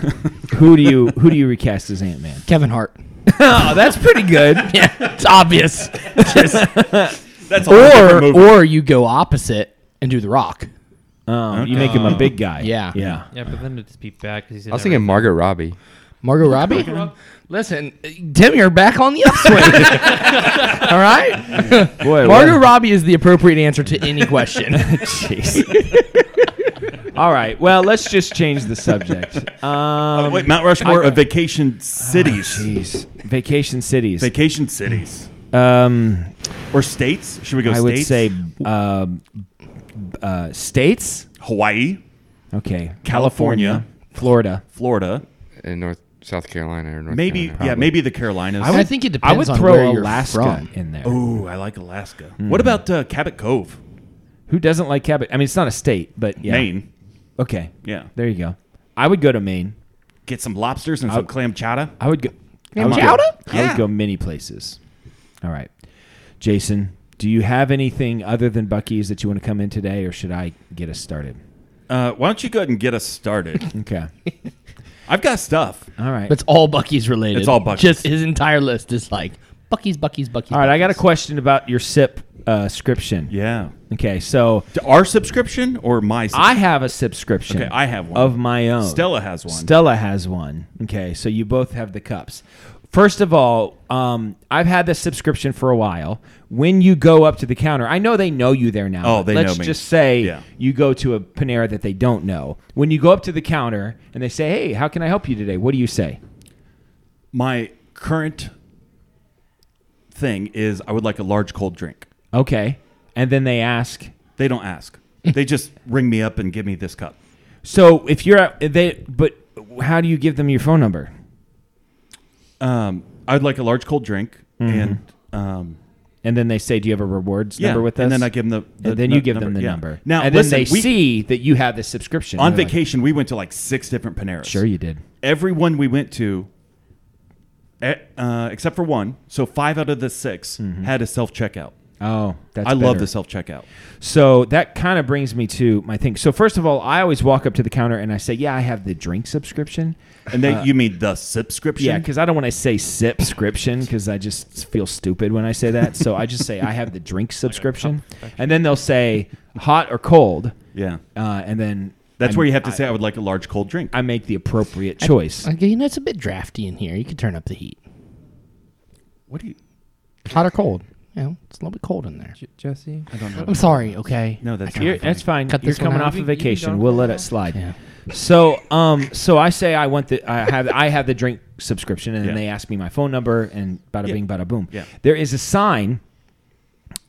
Speaker 3: who do you who do you recast as Ant Man?
Speaker 5: Kevin Hart.
Speaker 3: Oh, that's pretty good.
Speaker 5: yeah, it's obvious.
Speaker 4: That's a whole different
Speaker 5: or
Speaker 4: movie.
Speaker 5: or you go opposite and do The Rock.
Speaker 3: Um, You make him a big guy.
Speaker 5: Yeah.
Speaker 3: yeah.
Speaker 7: Yeah, for them to just be bad because he's.
Speaker 6: I was thinking Margot Robbie.
Speaker 5: Margot Robbie. Listen, Tim, you're back on the upswing. All right.
Speaker 3: Boy,
Speaker 5: Margot
Speaker 3: what-
Speaker 5: Robbie is the appropriate answer to any question.
Speaker 3: Jeez. All right. Well, let's just change the subject. Um,
Speaker 4: Wait, Mount Rushmore of Vacation Cities.
Speaker 3: Ah, Jeez. Vacation cities.
Speaker 4: vacation cities
Speaker 3: um,
Speaker 4: or states? Should we go?
Speaker 3: I
Speaker 4: states?
Speaker 3: would say um, uh, states.
Speaker 4: Hawaii,
Speaker 3: Okay.
Speaker 4: California.
Speaker 3: Florida.
Speaker 4: Florida.
Speaker 6: in North South Carolina or North
Speaker 4: Maybe
Speaker 6: Carolina,
Speaker 4: yeah,
Speaker 6: probably.
Speaker 4: maybe the Carolinas.
Speaker 5: I think it depends
Speaker 3: I would
Speaker 5: on
Speaker 3: throw
Speaker 5: where you're
Speaker 3: Alaska
Speaker 5: from.
Speaker 3: in there.
Speaker 4: Ooh, I like Alaska. What about uh, Cabot Cove,
Speaker 3: Who doesn't like Cabot? I mean, it's not a state, but yeah.
Speaker 4: Maine?
Speaker 3: Okay.
Speaker 4: Yeah,
Speaker 3: There you go. I would go to Maine.
Speaker 4: get some lobsters and some clam chowder.
Speaker 3: I would go. I would go, I would go many places. All right, Jason. Do you have anything other than Bucky's that you want to come in today, or should I get us started?
Speaker 4: Uh, why don't you go ahead and get us started?
Speaker 3: Okay.
Speaker 4: I've got stuff.
Speaker 3: All right.
Speaker 5: It's all Bucky's related.
Speaker 4: It's all Buc-ee's.
Speaker 5: Just his entire list is like Bucky's, Bucky's, Bucky's.
Speaker 3: all right. I got a question about your SIP uh, subscription.
Speaker 4: Yeah,
Speaker 3: Okay. So
Speaker 4: To our subscription or my? Subscription?
Speaker 3: I have a subscription.
Speaker 4: Okay, I have one.
Speaker 3: of my own.
Speaker 4: Stella has one.
Speaker 3: Stella has one. Okay, so you both have the cups. First of all, um, I've had this subscription for a while. When you go up to the counter, I know they know you there now.
Speaker 4: Oh,
Speaker 3: but
Speaker 4: they
Speaker 3: let's
Speaker 4: know me.
Speaker 3: just say
Speaker 4: Yeah.
Speaker 3: you go to a Panera that they don't know. When you go up to the counter and they say, "Hey, how can I help you today?" What do you say?
Speaker 4: my current thing is I would like a large cold drink.
Speaker 3: Okay, and then they ask.
Speaker 4: They don't ask. they just ring me up and give me this cup.
Speaker 3: So if you're at they, but how do you give them your phone number?
Speaker 4: Um, I'd like a large cold drink
Speaker 3: Mm-hmm.
Speaker 4: and um,
Speaker 3: And then they say, "Do you have a rewards
Speaker 4: yeah,
Speaker 3: number with us?"
Speaker 4: and then I give them the, the
Speaker 3: and then
Speaker 4: nu-
Speaker 3: you give them the
Speaker 4: yeah.
Speaker 3: number.
Speaker 4: Now
Speaker 3: and
Speaker 4: listen,
Speaker 3: then they
Speaker 4: we,
Speaker 3: see that you have this subscription
Speaker 4: on
Speaker 3: They're like,
Speaker 4: vacation we went to like six different Paneras.
Speaker 3: sure, you did.
Speaker 4: everyone we went to, e- uh, except for one, so five out of the 6 had a self checkout.
Speaker 3: Oh, Mm-hmm. that's
Speaker 4: I love
Speaker 3: better.
Speaker 4: the self checkout.
Speaker 3: So that kind of brings me to my thing. So first of all, I always walk up to the counter and I say, "Yeah, I have the drink subscription."
Speaker 4: And they, you mean the subscription?
Speaker 3: Uh, Yeah, because I don't want to say subscription because I just feel stupid when I say that. So I just say I have the drink subscription, and then they'll say hot or cold,
Speaker 4: yeah.
Speaker 3: uh, and then
Speaker 4: That's
Speaker 3: I-
Speaker 4: where you have to say I would like a large cold drink.
Speaker 3: I make the appropriate choice.
Speaker 5: Okay, you know, it's a bit drafty in here. You could turn up the heat.
Speaker 4: what do you?
Speaker 5: Hot or cold? You know, it's a little bit cold in there.
Speaker 7: Jesse. I don't know.
Speaker 5: I'm sorry, okay?
Speaker 4: No, that's
Speaker 3: You're,
Speaker 4: not.
Speaker 3: that's fine.
Speaker 5: Cut
Speaker 3: You're
Speaker 5: this one
Speaker 3: coming
Speaker 5: out.
Speaker 3: off
Speaker 5: You-
Speaker 3: of
Speaker 5: you can
Speaker 3: vacation.
Speaker 7: go
Speaker 3: We'll
Speaker 7: on
Speaker 3: let
Speaker 7: for
Speaker 3: it
Speaker 7: it.
Speaker 3: slide.
Speaker 5: Yeah.
Speaker 3: So, um, so I say I want the I have I have the drink subscription, and then
Speaker 4: Yeah.
Speaker 3: they ask me my phone number, and bada
Speaker 4: Yeah.
Speaker 3: bing, bada boom.
Speaker 4: Yeah.
Speaker 3: There is a sign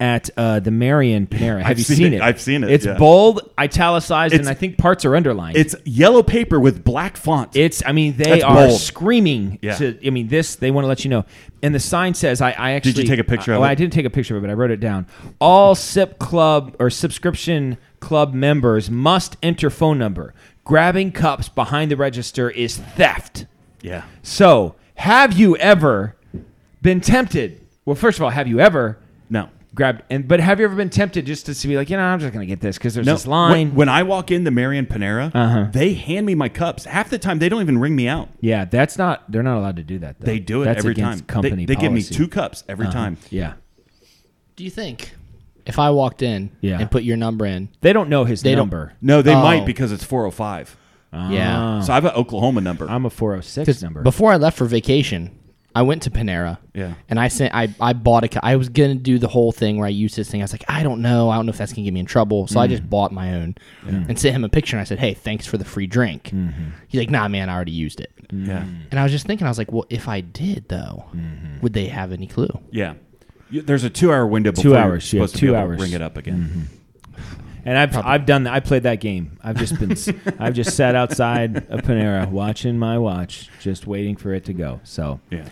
Speaker 3: at uh, the Marion Panera. Have you
Speaker 4: seen
Speaker 3: seen it?
Speaker 4: it. I've seen it,
Speaker 3: It's
Speaker 4: yeah.
Speaker 3: bold, italicized, and
Speaker 4: It's-
Speaker 3: I think parts are underlined.
Speaker 4: It's yellow paper with black font.
Speaker 3: It's. I mean, they
Speaker 4: That's
Speaker 3: are
Speaker 4: bold.
Speaker 3: screaming.
Speaker 4: Yeah.
Speaker 3: To, I mean, this. They want to let you know. And the sign says, "I, I actually."
Speaker 4: take a picture
Speaker 3: I,
Speaker 4: of
Speaker 3: well,
Speaker 4: it?
Speaker 3: I didn't take a picture of it, but I wrote it down. All SIP club or subscription club members must enter phone number. Grabbing cups behind the register is theft.
Speaker 4: yeah.
Speaker 3: So, have you ever been tempted? Well, first of all, have you ever
Speaker 4: No.
Speaker 3: grabbed? And but have you ever been tempted just to be like, you know, I'm just gonna get this because there's this line. Uh-huh.
Speaker 4: When, when I walk in the Marion Panera, they hand me my cups. Half the time, they don't even ring me out.
Speaker 3: yeah, that's not. They're not allowed to do that. Though.
Speaker 4: They do it
Speaker 3: That's
Speaker 4: every
Speaker 3: against
Speaker 4: time.
Speaker 3: Company Uh-huh.
Speaker 4: they they give me
Speaker 3: policy.
Speaker 4: two cups every time.
Speaker 3: Yeah.
Speaker 5: Do you think If I walked in
Speaker 3: Yeah.
Speaker 5: and put your number in,
Speaker 3: They don't know his
Speaker 5: They don't-
Speaker 3: number.
Speaker 4: No, they might
Speaker 5: Oh.
Speaker 4: because it's 405.
Speaker 5: yeah.
Speaker 4: So I have an Oklahoma number.
Speaker 3: Oh. I'm a 406
Speaker 5: Because
Speaker 3: number.
Speaker 5: before I left for vacation, I went to Panera.
Speaker 4: Yeah.
Speaker 5: And I sent I, I bought a co- I was gonna do the whole thing where I used his thing. I was like, I don't know, I don't know if that's gonna get me in trouble. So I just bought my own and sent him a picture and I said, Hey, thanks for the free drink. He's like, Nah man, I already used it.
Speaker 4: yeah.
Speaker 3: Mm.
Speaker 5: And I was just thinking, I was like, Well, if I did though, would they have any clue?
Speaker 4: Yeah. You- There's a two hour window before
Speaker 3: hours, yeah,
Speaker 4: you're supposed to
Speaker 3: two
Speaker 4: be able
Speaker 3: hours. Mm-hmm.
Speaker 4: to ring it up again.
Speaker 3: and I've I've done that. I played that game. I've just been s- I've just sat outside of Panera watching my watch, just waiting for it to go. So
Speaker 4: Yeah.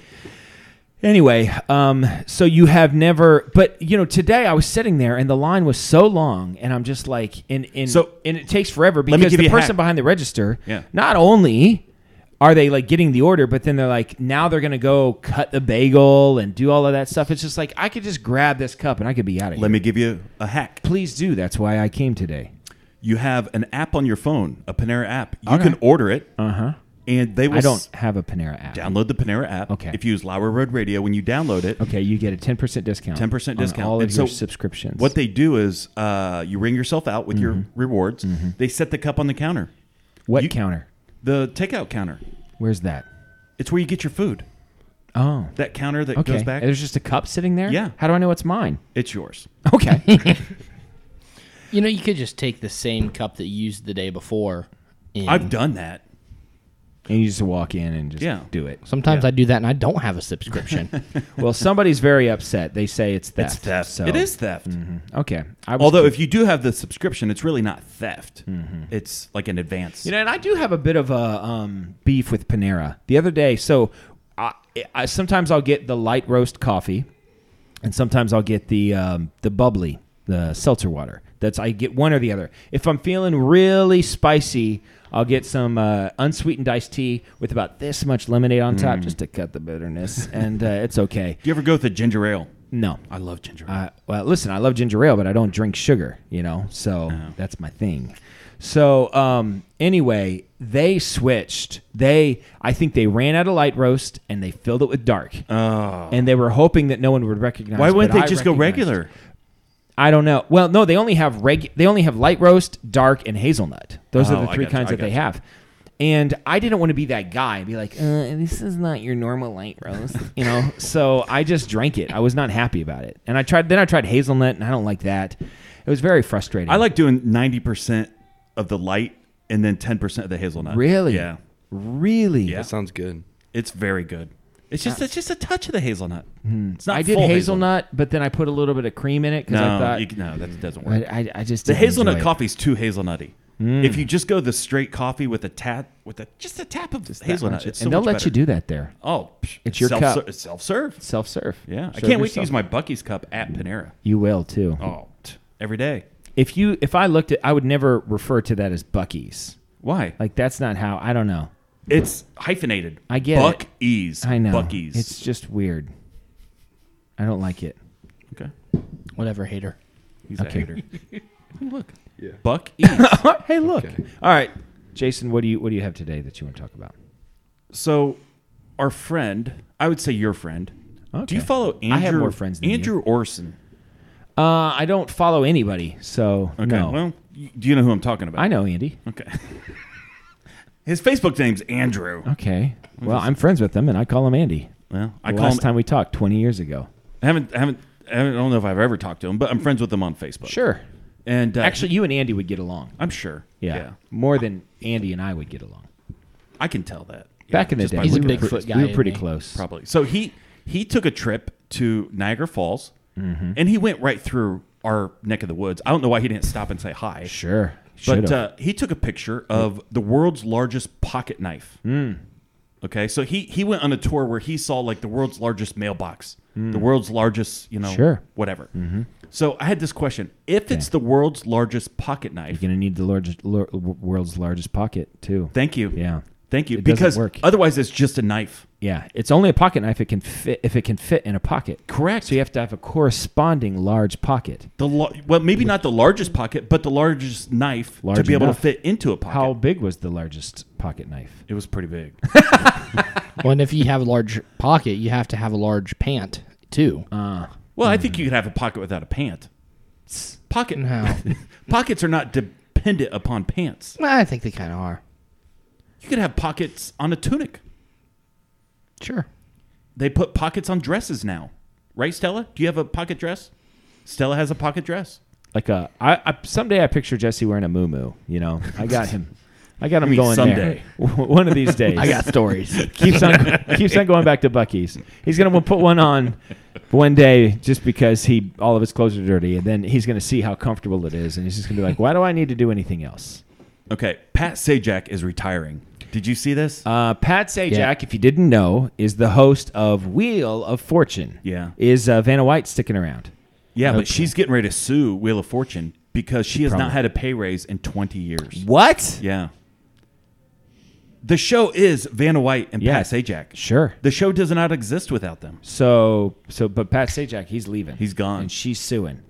Speaker 3: Anyway, um, so you have never, but you know, today I was sitting there and the line was so long, and I'm just like, and and
Speaker 4: So-
Speaker 3: and it takes forever
Speaker 4: me
Speaker 3: because
Speaker 4: give
Speaker 3: the
Speaker 4: you a
Speaker 3: person
Speaker 4: hack.
Speaker 3: behind the register,
Speaker 4: Yeah.
Speaker 3: not only are they like getting the order, but then they're like, now they're gonna go cut the bagel and do all of that stuff. It's just like I could just grab this cup and I could be out of here.
Speaker 4: Let me give you a hack.
Speaker 3: Please do. That's why I came today.
Speaker 4: You have an app on your phone, a Panera app. You can order it. Uh huh. And they will
Speaker 3: Uh-huh. I don't
Speaker 4: s-
Speaker 3: have a Panera app.
Speaker 4: download the Panera app.
Speaker 3: Okay.
Speaker 4: If you use Lower Road Radio, when you download it,
Speaker 3: Okay, you get a ten percent discount.
Speaker 4: ten percent
Speaker 3: on
Speaker 4: discount.
Speaker 3: all of
Speaker 4: And
Speaker 3: your
Speaker 4: so
Speaker 3: subscriptions.
Speaker 4: What they do is uh, you ring yourself out with your
Speaker 3: Mm-hmm.
Speaker 4: rewards. They set the cup on the counter,
Speaker 3: what
Speaker 4: you-
Speaker 3: counter?
Speaker 4: the takeout counter.
Speaker 3: Where's that?
Speaker 4: It's where you get your food.
Speaker 3: Oh.
Speaker 4: That counter that
Speaker 3: Okay.
Speaker 4: goes back,
Speaker 3: There's just a cup sitting there?
Speaker 4: Yeah.
Speaker 3: How do I know it's mine?
Speaker 4: it's yours.
Speaker 3: Okay.
Speaker 5: You know, you could just take the same cup that you used the day before. In.
Speaker 4: I've done that.
Speaker 3: and you just walk in and just
Speaker 4: Yeah.
Speaker 3: do it.
Speaker 5: Sometimes I do that and I don't have a subscription.
Speaker 3: Well, somebody's very upset. They say it's theft.
Speaker 4: It's theft.
Speaker 3: So. mm-hmm.
Speaker 4: It is theft.
Speaker 3: Okay. I was
Speaker 4: Although, if you do have the subscription, it's really not theft. It's like an advance.
Speaker 3: Mm-hmm. You know, and I do have a bit of a um, beef with Panera. The other day, so I, I sometimes I'll get the light roast coffee, and sometimes I'll get the um, the bubbly, the seltzer water. That's I get one or the other. If I'm feeling really spicy, I'll get some uh, unsweetened iced tea with about this much lemonade on top, just to cut the bitterness, and uh, it's okay.
Speaker 4: do you ever go with a ginger ale?
Speaker 3: No,
Speaker 4: I love ginger ale.
Speaker 3: I, well, listen, I love ginger ale, but I don't drink sugar, you know, so
Speaker 4: Oh.
Speaker 3: that's my thing. So, um, anyway, they switched. They, I think they ran out of light roast and they filled it with dark. And they were hoping that no one would recognize.
Speaker 4: Oh. Why wouldn't
Speaker 3: but
Speaker 4: they
Speaker 3: I
Speaker 4: just go
Speaker 3: recognized.
Speaker 4: regular?
Speaker 3: I don't know. Well, no, they only have reg. They only have light roast, dark, and hazelnut. Those
Speaker 4: Oh,
Speaker 3: are the
Speaker 4: I
Speaker 3: three
Speaker 4: gotcha,
Speaker 3: kinds
Speaker 4: I
Speaker 3: that they
Speaker 4: gotcha.
Speaker 3: have. And I didn't want to be that guy and be like, uh, "This is not your normal light roast," you know. so I just drank it. I was not happy about it, and I tried. Then I tried hazelnut, and I don't like that. It was very frustrating.
Speaker 4: I like doing ninety percent of the light and then ten percent of the hazelnut.
Speaker 3: really,
Speaker 4: Yeah,
Speaker 3: really.
Speaker 4: Yeah.
Speaker 6: That sounds good.
Speaker 4: it's very good. It's just it's just a touch of the hazelnut. It's not
Speaker 3: Hmm. I did
Speaker 4: full
Speaker 3: hazelnut, but then I put a little bit of cream in it because
Speaker 4: No,
Speaker 3: I thought
Speaker 4: you- no, that doesn't work.
Speaker 3: I, I, I just
Speaker 4: the
Speaker 3: didn't
Speaker 4: hazelnut
Speaker 3: enjoy it. Hmm.
Speaker 4: coffee's too hazelnutty. If you just go the straight coffee with a tap, with a just a tap of hazelnut, it's so
Speaker 3: and they'll
Speaker 4: much
Speaker 3: let you
Speaker 4: better.
Speaker 3: do that there,
Speaker 4: Oh, psh,
Speaker 3: It's your
Speaker 4: self
Speaker 3: cup.
Speaker 4: It's self serve.
Speaker 3: self serve.
Speaker 4: Yeah, I can't wait to use my Bucky's cup at Panera.
Speaker 3: You will too.
Speaker 4: Oh, t- every day.
Speaker 3: if you if I looked at I would never refer to that as Bucky's.
Speaker 4: Why?
Speaker 3: Like that's not how I don't know.
Speaker 4: it's hyphenated.
Speaker 3: I get it.
Speaker 4: Bucky's.
Speaker 3: I know.
Speaker 4: Bucky's.
Speaker 3: It's just weird. I don't like it.
Speaker 4: okay.
Speaker 5: Whatever, hater.
Speaker 4: He's a
Speaker 3: Okay.
Speaker 4: hater. Look. Buck E. East.
Speaker 3: hey, look.
Speaker 6: Okay.
Speaker 3: All right. Jason, what do you what do you have today that you want to talk about?
Speaker 4: so, our friend, I would say your friend. Do
Speaker 3: Okay.
Speaker 4: you follow Andrew?
Speaker 3: I have more friends than you.
Speaker 4: Andrew Orson.
Speaker 3: Uh, I don't follow anybody, so
Speaker 4: Okay.
Speaker 3: no.
Speaker 4: Well, y- do you know who I'm talking about?
Speaker 3: I know Andy.
Speaker 4: Okay. His Facebook name's Andrew.
Speaker 3: Okay. Well, I'm friends with him and I call him Andy.
Speaker 4: Well, I
Speaker 3: The
Speaker 4: call
Speaker 3: last
Speaker 4: him.
Speaker 3: time we talked 20 years ago.
Speaker 4: I haven't. I haven't. I haven't- I don't know if I've ever talked to him, but I'm friends with him on Facebook.
Speaker 3: Sure.
Speaker 4: And uh,
Speaker 3: Actually, you and Andy would get along.
Speaker 4: I'm sure.
Speaker 3: Yeah. More than Andy and I would get along.
Speaker 4: I can tell that.
Speaker 3: Back in the
Speaker 4: just
Speaker 3: day,
Speaker 4: by
Speaker 5: He's a
Speaker 3: we were
Speaker 5: Bigfoot
Speaker 3: pretty-
Speaker 5: guy,
Speaker 3: We were
Speaker 5: isn't
Speaker 3: pretty
Speaker 5: he?
Speaker 3: close.
Speaker 4: probably. So he he took a trip to Niagara Falls,
Speaker 3: Mm-hmm.
Speaker 4: and he went right through our neck of the woods. I don't know why he didn't stop and say hi.
Speaker 3: Sure.
Speaker 4: but
Speaker 3: Should've.
Speaker 4: uh, he took a picture of the world's largest pocket knife.
Speaker 3: Mm.
Speaker 4: Okay, so he he went on a tour where he saw like the world's largest mailbox, the world's largest you know
Speaker 3: Mm. Sure. Mm-hmm.
Speaker 4: whatever. So I had this question: If it's the world's largest pocket knife,
Speaker 3: You're gonna need the largest, lor- world's largest pocket too.
Speaker 4: thank you,
Speaker 3: Yeah.
Speaker 4: thank you,
Speaker 3: It doesn't
Speaker 4: because
Speaker 3: work.
Speaker 4: otherwise it's just a knife.
Speaker 3: yeah, it's only a pocket knife. It can fit if it can fit in a pocket.
Speaker 4: Correct.
Speaker 3: So you have to have a corresponding large pocket.
Speaker 4: The lar- well, maybe not the largest pocket, but the largest knife to
Speaker 3: Large
Speaker 4: be able to
Speaker 3: enough.
Speaker 4: fit into a pocket.
Speaker 3: How big was the largest pocket knife?
Speaker 4: It was pretty big.
Speaker 5: Well, and if you have a large pocket, you have to have a large pant too.
Speaker 4: Uh. well, I think you could have a pocket without a pant. pockets. Pocket
Speaker 5: No.
Speaker 4: pockets are not dependent upon pants.
Speaker 5: I think they kind of are.
Speaker 4: You could have pockets on a tunic.
Speaker 5: Sure.
Speaker 4: They put pockets on dresses now, right, Stella? Do you have a pocket dress? Stella has a pocket dress.
Speaker 3: Like a, I, I someday I picture Jesse wearing a muumuu. You know, I got him. I got him going
Speaker 4: someday.
Speaker 3: there. One of these days.
Speaker 5: I got stories.
Speaker 3: keeps on keeps on going back to Bucky's. He's gonna put one on one day just because he all of his clothes are dirty, and then he's gonna see how comfortable it is, and he's just gonna be like, "Why do I need to do anything else?"
Speaker 4: Okay, Pat Sajak is retiring. Did you see this?
Speaker 3: Uh, Pat Sajak,
Speaker 5: Yeah.
Speaker 3: if you didn't know, is the host of Wheel of Fortune.
Speaker 4: Yeah.
Speaker 3: is uh, Vanna White sticking around?
Speaker 4: yeah, but she's getting ready to sue Wheel of Fortune because she has not had a pay raise in 20 years.
Speaker 3: What?
Speaker 4: Yeah. The show is Vanna White and
Speaker 3: Yeah.
Speaker 4: Pat Sajak.
Speaker 3: Sure.
Speaker 4: The show does not exist without them.
Speaker 3: So so, but Pat Sajak, he's leaving.
Speaker 4: He's gone.
Speaker 3: and she's suing.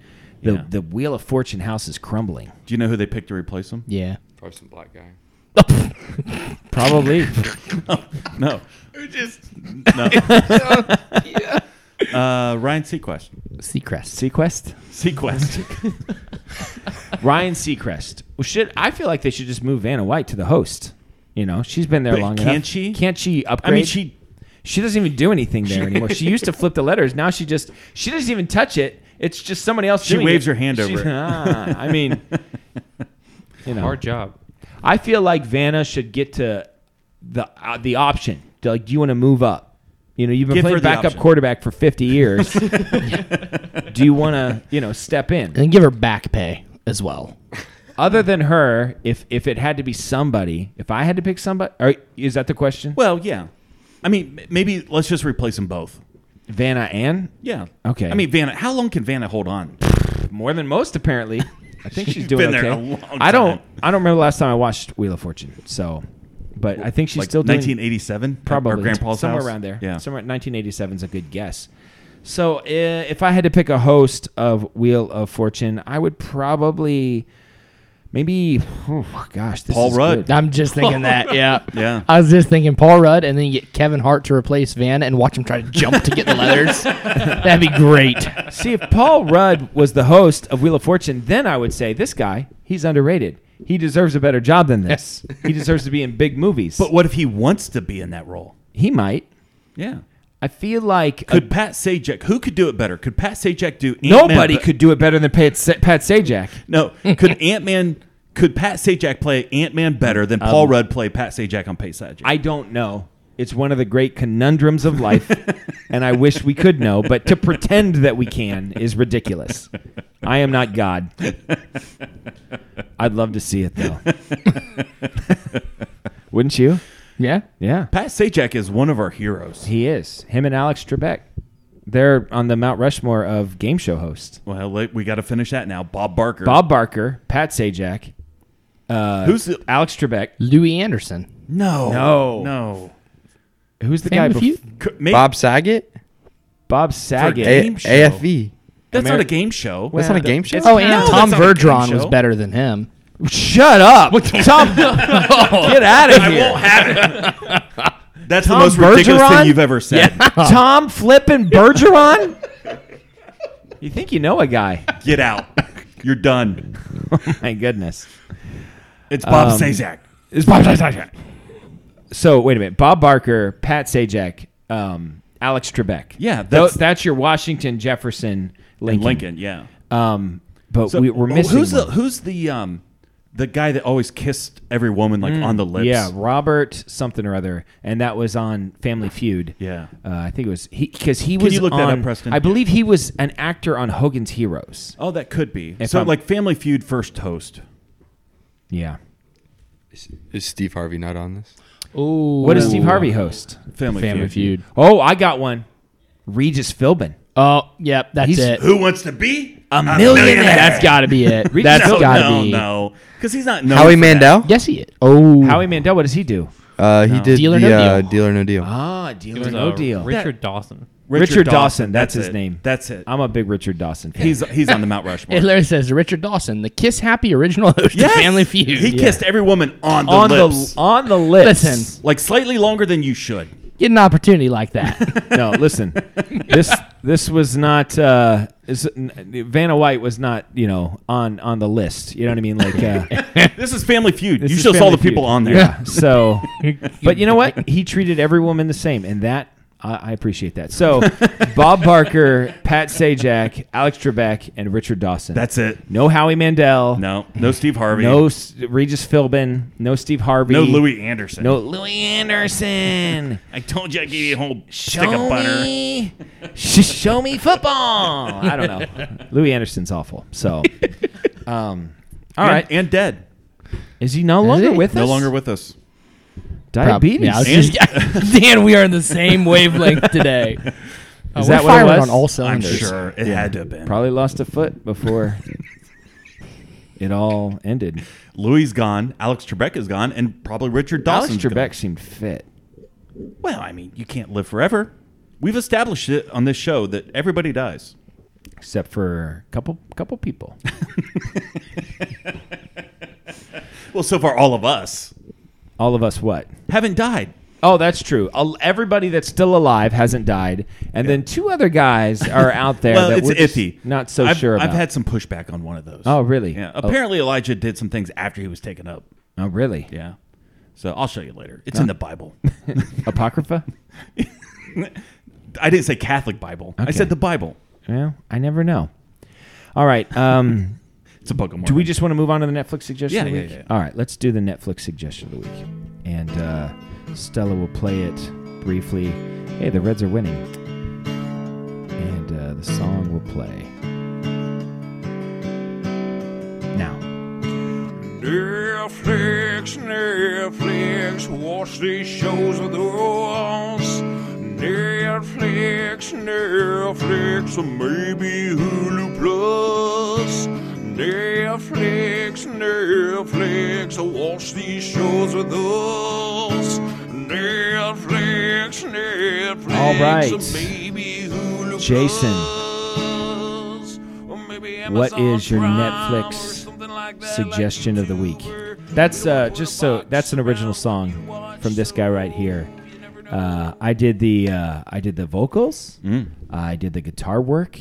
Speaker 3: The
Speaker 4: Yeah.
Speaker 3: the Wheel of Fortune house is crumbling.
Speaker 4: Do you know who they picked to replace them?
Speaker 5: yeah.
Speaker 6: Probably some black guy.
Speaker 3: Probably.
Speaker 4: No. just no. uh, Ryan Seacrest.
Speaker 5: Seacrest.
Speaker 3: Sequest.
Speaker 4: Seacrest.
Speaker 3: Ryan Seacrest. Well, should I feel like they should just move Vanna White to the host? You know, she's been there
Speaker 4: But
Speaker 3: long
Speaker 4: can't
Speaker 3: enough.
Speaker 4: she?
Speaker 3: Can't she
Speaker 4: I
Speaker 3: upgrade?
Speaker 4: mean, she.
Speaker 3: she doesn't even do anything there anymore. She used to flip the letters. Now she just she doesn't even touch it. It's just somebody else.
Speaker 4: She
Speaker 3: doing
Speaker 4: waves
Speaker 3: it.
Speaker 4: her hand over
Speaker 3: She's-
Speaker 4: it.
Speaker 3: Ah, I mean, you know,
Speaker 7: Hard job.
Speaker 3: I feel like Vanna should get to the uh, the option. To, like, do you want to move up? You know, you've been
Speaker 4: Give her
Speaker 3: playing
Speaker 4: the
Speaker 3: backup
Speaker 4: option.
Speaker 3: quarterback for fifty years. do you want to, you know, step in?
Speaker 5: And give her back pay as well.
Speaker 3: other than her, if if it had to be somebody, if I had to pick somebody, or is that the question?
Speaker 4: Well, yeah. I mean, m- maybe let's just replace them both.
Speaker 3: Vanna and
Speaker 4: Yeah.
Speaker 3: Okay.
Speaker 4: I mean, Vanna. How long can Vanna hold on?
Speaker 3: more than most apparently. I think she's doing
Speaker 4: been there
Speaker 3: okay.
Speaker 4: a long
Speaker 3: I don't
Speaker 4: time.
Speaker 3: I don't remember the last time I watched Wheel of Fortune, so but I think she's
Speaker 4: like
Speaker 3: still doing
Speaker 4: 1987.
Speaker 3: probably
Speaker 4: Our grandpa's
Speaker 3: somewhere
Speaker 4: house?
Speaker 3: around there.
Speaker 4: Yeah.
Speaker 3: somewhere 1987 is a good guess. So uh, if I had to pick a host of Wheel of Fortune, I would probably maybe oh gosh, this
Speaker 4: Paul
Speaker 3: is
Speaker 4: Rudd.
Speaker 3: good.
Speaker 5: I'm just thinking that. Yeah.
Speaker 4: Yeah.
Speaker 5: I was just thinking Paul Rudd and then you get Kevin Hart to replace Van and watch him try to jump to get the leathers. That'd be great.
Speaker 3: See, if Paul Rudd was the host of Wheel of Fortune, then I would say this guy, he's underrated. He deserves a better job than this. he deserves to be in big movies.
Speaker 4: But what if he wants to be in that role?
Speaker 3: he might.
Speaker 4: Yeah.
Speaker 3: I feel like
Speaker 4: Could Pat Sajak? Who could do it better? Could Pat Sajak do? Ant-Man
Speaker 3: nobody
Speaker 4: be-
Speaker 3: could do it better than Pat, Sa- Pat Sajak.
Speaker 4: No. Could Ant Man? Could Pat Sajak play Ant Man better than Paul Rudd play Pat Sajak on Pat Sajak?
Speaker 3: Um, I don't know. It's one of the great conundrums of life, and I wish we could know, but to pretend that we can is ridiculous. I am not God. I'd love to see it, though. Wouldn't you?
Speaker 5: Yeah.
Speaker 3: Yeah.
Speaker 4: Pat Sajak is one of our heroes.
Speaker 3: He is. Him and Alex Trebek. They're on the Mount Rushmore of game show hosts.
Speaker 4: Well, like, we got to finish that now. Bob Barker.
Speaker 3: Bob Barker, Pat Sajak,
Speaker 4: who's the,
Speaker 3: Alex Trebek.
Speaker 5: Louis Anderson.
Speaker 4: no,
Speaker 3: No.
Speaker 4: no?
Speaker 3: Who's the guy?
Speaker 5: Family
Speaker 3: bef-
Speaker 5: Feud?
Speaker 4: Could- maybe-
Speaker 6: Bob Saget?
Speaker 3: Bob
Speaker 6: A-
Speaker 3: Saget.
Speaker 4: Game show.
Speaker 6: AFE.
Speaker 4: that's
Speaker 3: Ameri-
Speaker 4: not a game show.
Speaker 6: That's not a game show?
Speaker 5: Oh, and
Speaker 4: No,
Speaker 5: Tom
Speaker 4: that's not a game
Speaker 5: Verdron was
Speaker 4: show.
Speaker 5: better than him.
Speaker 3: Shut up, Tom. get out of here.
Speaker 4: that's
Speaker 3: Tom
Speaker 4: the most ridiculous
Speaker 3: Bergeron?
Speaker 4: thing you've ever said.
Speaker 3: Tom flipping Bergeron. you think you know a guy?
Speaker 4: Get out. You're done.
Speaker 3: My goodness.
Speaker 4: It's Bob
Speaker 3: Um,
Speaker 4: Sajak.
Speaker 3: It's
Speaker 4: Oh,
Speaker 3: Bob Sajak. So wait a minute. Bob Barker, Pat Sajak, um, Alex Trebek.
Speaker 4: Yeah,
Speaker 3: that's,
Speaker 4: that's-
Speaker 3: that's your Washington, Jefferson, Lincoln.
Speaker 4: Lincoln. Yeah.
Speaker 3: Um, but
Speaker 4: So,
Speaker 3: we, we're
Speaker 4: oh,
Speaker 3: missing.
Speaker 4: Who's the
Speaker 3: one.
Speaker 4: Who's the um the guy that always kissed every woman like on the lips?
Speaker 3: Mm, Yeah, Robert something or other, and that was on Family Feud.
Speaker 4: Yeah.
Speaker 3: uh, I think it was he because he was.
Speaker 4: you look that up,
Speaker 3: on-
Speaker 4: Preston?
Speaker 3: I believe he was an actor on Hogan's Heroes.
Speaker 4: Oh, that could be.
Speaker 3: If
Speaker 4: so
Speaker 3: I'm-
Speaker 4: like Family Feud first host.
Speaker 3: Yeah.
Speaker 6: Is, is Steve Harvey not on this?
Speaker 5: Oh,
Speaker 3: What does Steve Harvey host?
Speaker 4: Family,
Speaker 5: Family Feud.
Speaker 3: Oh, I got one. Regis Philbin.
Speaker 5: Oh, yep, that's
Speaker 3: He's-
Speaker 5: it.
Speaker 4: Who wants to be
Speaker 3: A millionaire.
Speaker 5: That's got to be it.
Speaker 3: Reach
Speaker 5: That's
Speaker 3: out.
Speaker 4: No,
Speaker 5: got to
Speaker 4: no,
Speaker 5: be.
Speaker 4: no. Because he's not. known
Speaker 6: Howie
Speaker 4: for that.
Speaker 6: Mandel?
Speaker 5: Yes, he is. Oh,
Speaker 3: Howie Mandel. What does he do?
Speaker 6: Uh, he did
Speaker 5: Deal or
Speaker 6: the,
Speaker 5: No
Speaker 6: uh,
Speaker 5: Deal.
Speaker 6: Deal or No Deal.
Speaker 3: Ah, deal
Speaker 7: It was,
Speaker 3: or no
Speaker 7: uh,
Speaker 3: deal.
Speaker 7: Richard Dawson.
Speaker 3: Richard Dawson, that's his
Speaker 4: it.
Speaker 3: name.
Speaker 4: That's it.
Speaker 3: I'm a big Richard Dawson fan.
Speaker 4: he's he's on the Mount Rushmore.
Speaker 5: It literally says Richard Dawson, the Kiss Happy original host
Speaker 4: Yes!
Speaker 5: of Family Feud.
Speaker 4: He kissed every woman on the
Speaker 3: on
Speaker 4: lips,
Speaker 3: the on the lips.
Speaker 5: Listen.
Speaker 4: like slightly longer than you should.
Speaker 5: get an opportunity like that.
Speaker 3: no, listen. This this was not. Uh, this, Vanna White was not. You know, on on the list. You know what I mean? Like, uh,
Speaker 4: This is Family Feud.
Speaker 3: this
Speaker 4: you
Speaker 3: is
Speaker 4: should have saw
Speaker 3: Family
Speaker 4: the people
Speaker 3: Feud.
Speaker 4: on there.
Speaker 3: Yeah. So, but you know what? He treated every woman the same, and that I, I appreciate that. So, Bob Barker, Pat Sajak, Alex Trebek, and Richard Dawson.
Speaker 4: That's it.
Speaker 3: no Howie Mandel.
Speaker 4: No, no Steve Harvey.
Speaker 3: Mm. No S- Regis Philbin. No Steve Harvey.
Speaker 4: no Louis Anderson.
Speaker 3: No Louis Anderson.
Speaker 4: I told you I gave you a whole
Speaker 3: Show
Speaker 4: stick of butter.
Speaker 3: me, sh- show me football. I don't know. Louis Anderson's awful. So, um, all
Speaker 4: and,
Speaker 3: right.
Speaker 4: and dead.
Speaker 3: Is he no longer
Speaker 5: he?
Speaker 3: with
Speaker 4: No
Speaker 3: us?
Speaker 4: longer with us.
Speaker 3: diabetes.
Speaker 5: Yeah, I was just- Dan, we are in the same wavelength today. Oh,
Speaker 3: Is
Speaker 5: We're
Speaker 3: that what it
Speaker 5: firing
Speaker 3: was?
Speaker 5: on all
Speaker 4: I'm
Speaker 5: cylinders.
Speaker 4: sure it had to have been.
Speaker 3: Probably lost a foot before it all ended.
Speaker 4: Louis has gone. Alex Trebek is gone, and probably Richard
Speaker 3: Alex
Speaker 4: Dawson.
Speaker 3: Trebek seemed fit.
Speaker 4: Well, I mean, you can't live forever. We've established it on this show that everybody dies.
Speaker 3: Except for a couple couple people.
Speaker 4: Well, so far all of us
Speaker 3: All of us what?
Speaker 4: haven't died.
Speaker 3: Oh, that's true. Al- Everybody that's still alive hasn't died, and then two other guys are out there.
Speaker 4: Well,
Speaker 3: that
Speaker 4: it's
Speaker 3: we're just
Speaker 4: iffy.
Speaker 3: Not so
Speaker 4: I've,
Speaker 3: sure about.
Speaker 4: I've had some pushback on one of those.
Speaker 3: Oh, really?
Speaker 4: Yeah.
Speaker 3: Oh.
Speaker 4: Apparently, Elijah did some things after he was taken up.
Speaker 3: Oh, really?
Speaker 4: Yeah. So I'll show you later. It's in the Bible.
Speaker 3: Apocrypha?
Speaker 4: I didn't say Catholic Bible. I
Speaker 3: Okay.
Speaker 4: said the Bible.
Speaker 3: Well, I never know. All right. Um,
Speaker 4: It's a book of
Speaker 3: do we
Speaker 4: Mormon.
Speaker 3: just want to move on to the Netflix suggestion
Speaker 4: Yeah,
Speaker 3: of the
Speaker 4: yeah,
Speaker 3: week?
Speaker 4: yeah.
Speaker 3: All right, let's do the Netflix suggestion of the week. And uh, Stella will play it briefly. Hey, the Reds are winning. And uh, the song will play. Now.
Speaker 8: Netflix, Netflix, watch these shows with us. Netflix, Netflix, or maybe Hulu Plus. Netflix, Netflix, watch these shows with us. Netflix, Netflix,
Speaker 3: All right.
Speaker 8: or maybe Hulu
Speaker 3: Jason,
Speaker 8: Plus. Or maybe
Speaker 3: what
Speaker 8: Amazon
Speaker 3: is your
Speaker 8: Prime or
Speaker 3: Netflix
Speaker 8: something like that, like
Speaker 3: Suggestion of the week.
Speaker 8: YouTuber.
Speaker 3: That's uh, just so. That's an original song from this guy right here. Uh, I did the uh, I did the vocals.
Speaker 4: Mm.
Speaker 3: I did the guitar work,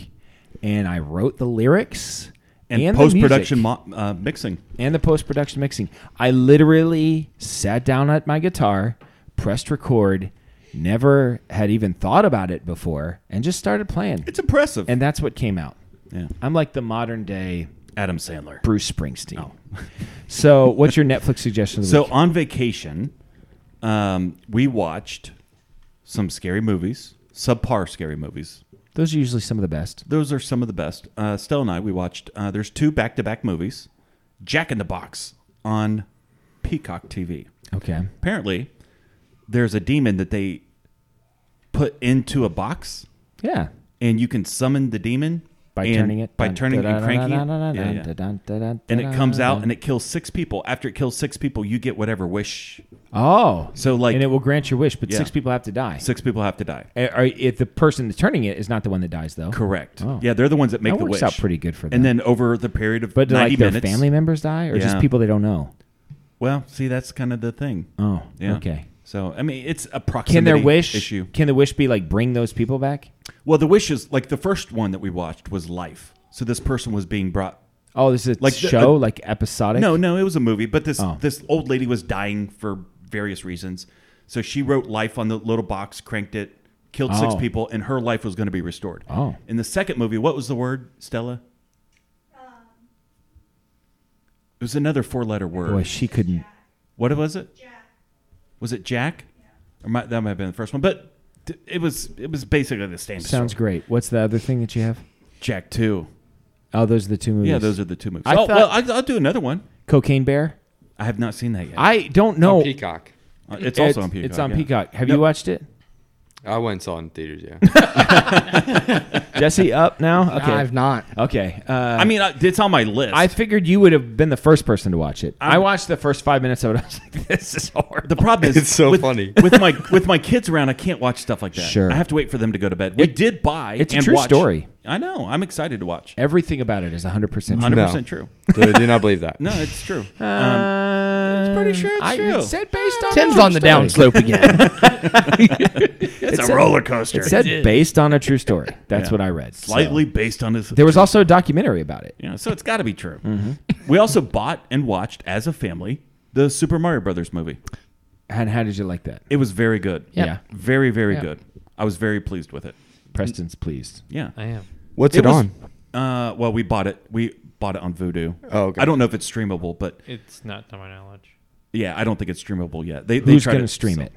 Speaker 3: and I wrote the lyrics
Speaker 4: and,
Speaker 3: the
Speaker 4: post production
Speaker 3: music.
Speaker 4: mo- uh, mixing.
Speaker 3: and the post production mixing. I literally sat down at my guitar, pressed record, never had even thought about it before, and just started playing.
Speaker 4: It's impressive.
Speaker 3: and that's what came out.
Speaker 4: Yeah.
Speaker 3: I'm like the modern day
Speaker 4: Adam Sandler.
Speaker 3: Bruce Springsteen. so, what's your Netflix suggestion? Of the
Speaker 4: Oh. So
Speaker 3: week?
Speaker 4: on vacation, um, we watched some scary movies, subpar scary movies.
Speaker 3: those are usually some of the best.
Speaker 4: Those are some of the best. Uh, Stella and I, we watched. Uh, there's two back-to-back movies, Jack in the Box on Peacock TV.
Speaker 3: Okay.
Speaker 4: Apparently, there's a demon that they put into a box,
Speaker 3: Yeah.
Speaker 4: and you can summon the demon
Speaker 3: By
Speaker 4: and-
Speaker 3: turning it
Speaker 4: by
Speaker 3: dun,
Speaker 4: turning it
Speaker 3: dun,
Speaker 4: and
Speaker 3: dun,
Speaker 4: cranking
Speaker 3: dun, dun,
Speaker 4: it. Yeah,
Speaker 3: dun,
Speaker 4: yeah.
Speaker 3: dun, dun, dun, dun,
Speaker 4: And it comes
Speaker 3: dun,
Speaker 4: out
Speaker 3: dun.
Speaker 4: and it kills six people. After it kills six people, you get whatever wish.
Speaker 3: oh,
Speaker 4: So, like-
Speaker 3: and it will grant your wish, but
Speaker 4: Yeah.
Speaker 3: six people have to die.
Speaker 4: Six people have to die.
Speaker 3: Uh, are- if the person that's turning it is not the one that dies, though,
Speaker 4: Correct.
Speaker 3: Oh.
Speaker 4: Yeah, they're the ones that make
Speaker 3: That
Speaker 4: the
Speaker 3: works
Speaker 4: wish.
Speaker 3: out pretty good for them.
Speaker 4: And then over the period of
Speaker 3: But do,
Speaker 4: ninety
Speaker 3: like their
Speaker 4: minutes,
Speaker 3: family members die, or just
Speaker 4: Yeah.
Speaker 3: people they don't know?
Speaker 4: Well, see, that's kind of the thing.
Speaker 3: Oh,
Speaker 4: yeah.
Speaker 3: okay.
Speaker 4: So I mean, it's a
Speaker 3: Can
Speaker 4: proximity
Speaker 3: their wish
Speaker 4: issue.
Speaker 3: Can the wish be like bring those people back?
Speaker 4: Well, the wishes like the first one that we watched was life. So this person was being brought.
Speaker 3: Oh, this is a
Speaker 4: Like the-
Speaker 3: show,
Speaker 4: uh,
Speaker 3: like episodic.
Speaker 4: No, no, it was a movie, but this
Speaker 3: Oh.
Speaker 4: this old lady was dying for various reasons. So she wrote life on the little box, cranked it, killed six
Speaker 3: Oh.
Speaker 4: people, and her life was going to be restored.
Speaker 3: Oh.
Speaker 4: In the second movie, what was the word, Stella? It was another four-letter word.
Speaker 3: boy, she couldn't.
Speaker 4: What was it? Jack. Was it Jack? Or might, that might have been the first one, but t- it was it was basically the same.
Speaker 3: Sounds
Speaker 4: story.
Speaker 3: great. What's the other thing that you have?
Speaker 4: Jack Two.
Speaker 3: Oh, those are the two movies.
Speaker 4: Yeah, those are the two movies.
Speaker 3: I
Speaker 4: oh
Speaker 3: thought-
Speaker 4: well, I, I'll do another one.
Speaker 3: Cocaine Bear.
Speaker 4: I have not seen that yet.
Speaker 3: I don't know.
Speaker 6: Peacock.
Speaker 4: Uh, it's also on Peacock.
Speaker 3: It's on
Speaker 4: yeah.
Speaker 3: Peacock. Have you watched it,
Speaker 6: I went and saw it in theaters. Yeah,
Speaker 3: Jesse? Up now? Okay.
Speaker 5: I've not.
Speaker 3: Okay. Uh,
Speaker 4: I mean, I, it's on my list.
Speaker 3: I figured you would have been the first person to watch it. i watched the first five minutes of it. I was like, this is hard.
Speaker 4: the problem is
Speaker 6: It's so
Speaker 4: with,
Speaker 6: funny.
Speaker 4: with my with my kids around. I can't watch stuff like that.
Speaker 3: Sure.
Speaker 4: I have to wait for them to go to bed. We
Speaker 3: It-
Speaker 4: did buy.
Speaker 3: it's a
Speaker 4: and
Speaker 3: true
Speaker 4: watch-
Speaker 3: story.
Speaker 4: I know. I'm excited to watch.
Speaker 3: Everything about it is 100% true.
Speaker 4: Hundred percent
Speaker 6: No.
Speaker 4: true.
Speaker 6: Uh, do, do not believe that.
Speaker 4: No, it's true. Um,
Speaker 3: Uh,
Speaker 4: pretty sure it's
Speaker 3: I,
Speaker 4: true.
Speaker 3: It said based on.
Speaker 5: Tim's
Speaker 3: a
Speaker 5: on the
Speaker 3: true story.
Speaker 5: downslope again.
Speaker 4: it's a roller coaster.
Speaker 3: It said based on a true story. That's what I read. So-
Speaker 4: Slightly based on his.
Speaker 3: There was also Mm-hmm. a documentary about it.
Speaker 4: you know, so it's got to be true. we also bought and watched as a family the Super Mario Brothers movie.
Speaker 3: And how did you like that?
Speaker 4: It was very good.
Speaker 5: Yep.
Speaker 3: Yeah.
Speaker 4: very very
Speaker 5: Yep.
Speaker 4: good. I was very pleased with it.
Speaker 3: Preston's pleased.
Speaker 4: Yeah.
Speaker 7: I am.
Speaker 6: What's it,
Speaker 4: was-
Speaker 6: on?
Speaker 4: Uh, well, we bought it. We bought it on Vudu.
Speaker 6: Oh, okay.
Speaker 4: I don't know if it's streamable, but
Speaker 7: It's not to my knowledge.
Speaker 4: yeah, I don't think it's streamable yet. They, they
Speaker 3: Who's
Speaker 4: tried
Speaker 3: going to
Speaker 4: to
Speaker 3: stream
Speaker 4: so-
Speaker 3: it?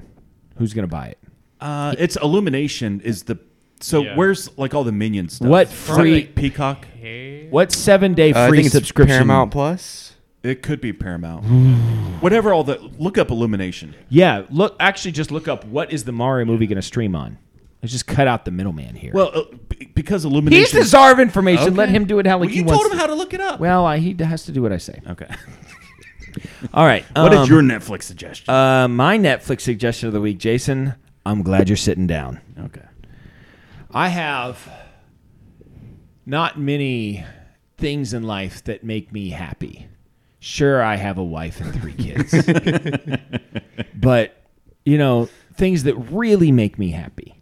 Speaker 3: Who's going to buy it?
Speaker 4: Uh, it's Illumination is the. So
Speaker 7: Yeah.
Speaker 4: where's like all the minion stuff?
Speaker 3: What
Speaker 4: Is that,
Speaker 3: free-
Speaker 4: like, Peacock?
Speaker 7: Hey,
Speaker 3: What seven day
Speaker 6: Uh, I
Speaker 3: free
Speaker 6: think it's
Speaker 3: subscription?
Speaker 6: Paramount Plus.
Speaker 4: It could be Paramount. Whatever. All the look up Illumination.
Speaker 3: Yeah, look. Actually, just look up what is the Mario movie going to stream on. Let's just cut out the middleman here.
Speaker 4: Well, uh, b- because Illumination.
Speaker 3: he's the czar of information. Let him do it how like
Speaker 4: Well,
Speaker 3: he
Speaker 4: you
Speaker 3: wants.
Speaker 4: told him how to look it up.
Speaker 3: well, I, he has to do what I say.
Speaker 4: okay.
Speaker 3: All right.
Speaker 4: What is
Speaker 3: um,
Speaker 4: your Netflix suggestion?
Speaker 3: Uh, my Netflix suggestion of the week, Jason. I'm glad you're sitting down.
Speaker 4: okay.
Speaker 3: I have not many things in life that make me happy. Sure, I have a wife and three kids. but, you know, things that really make me happy.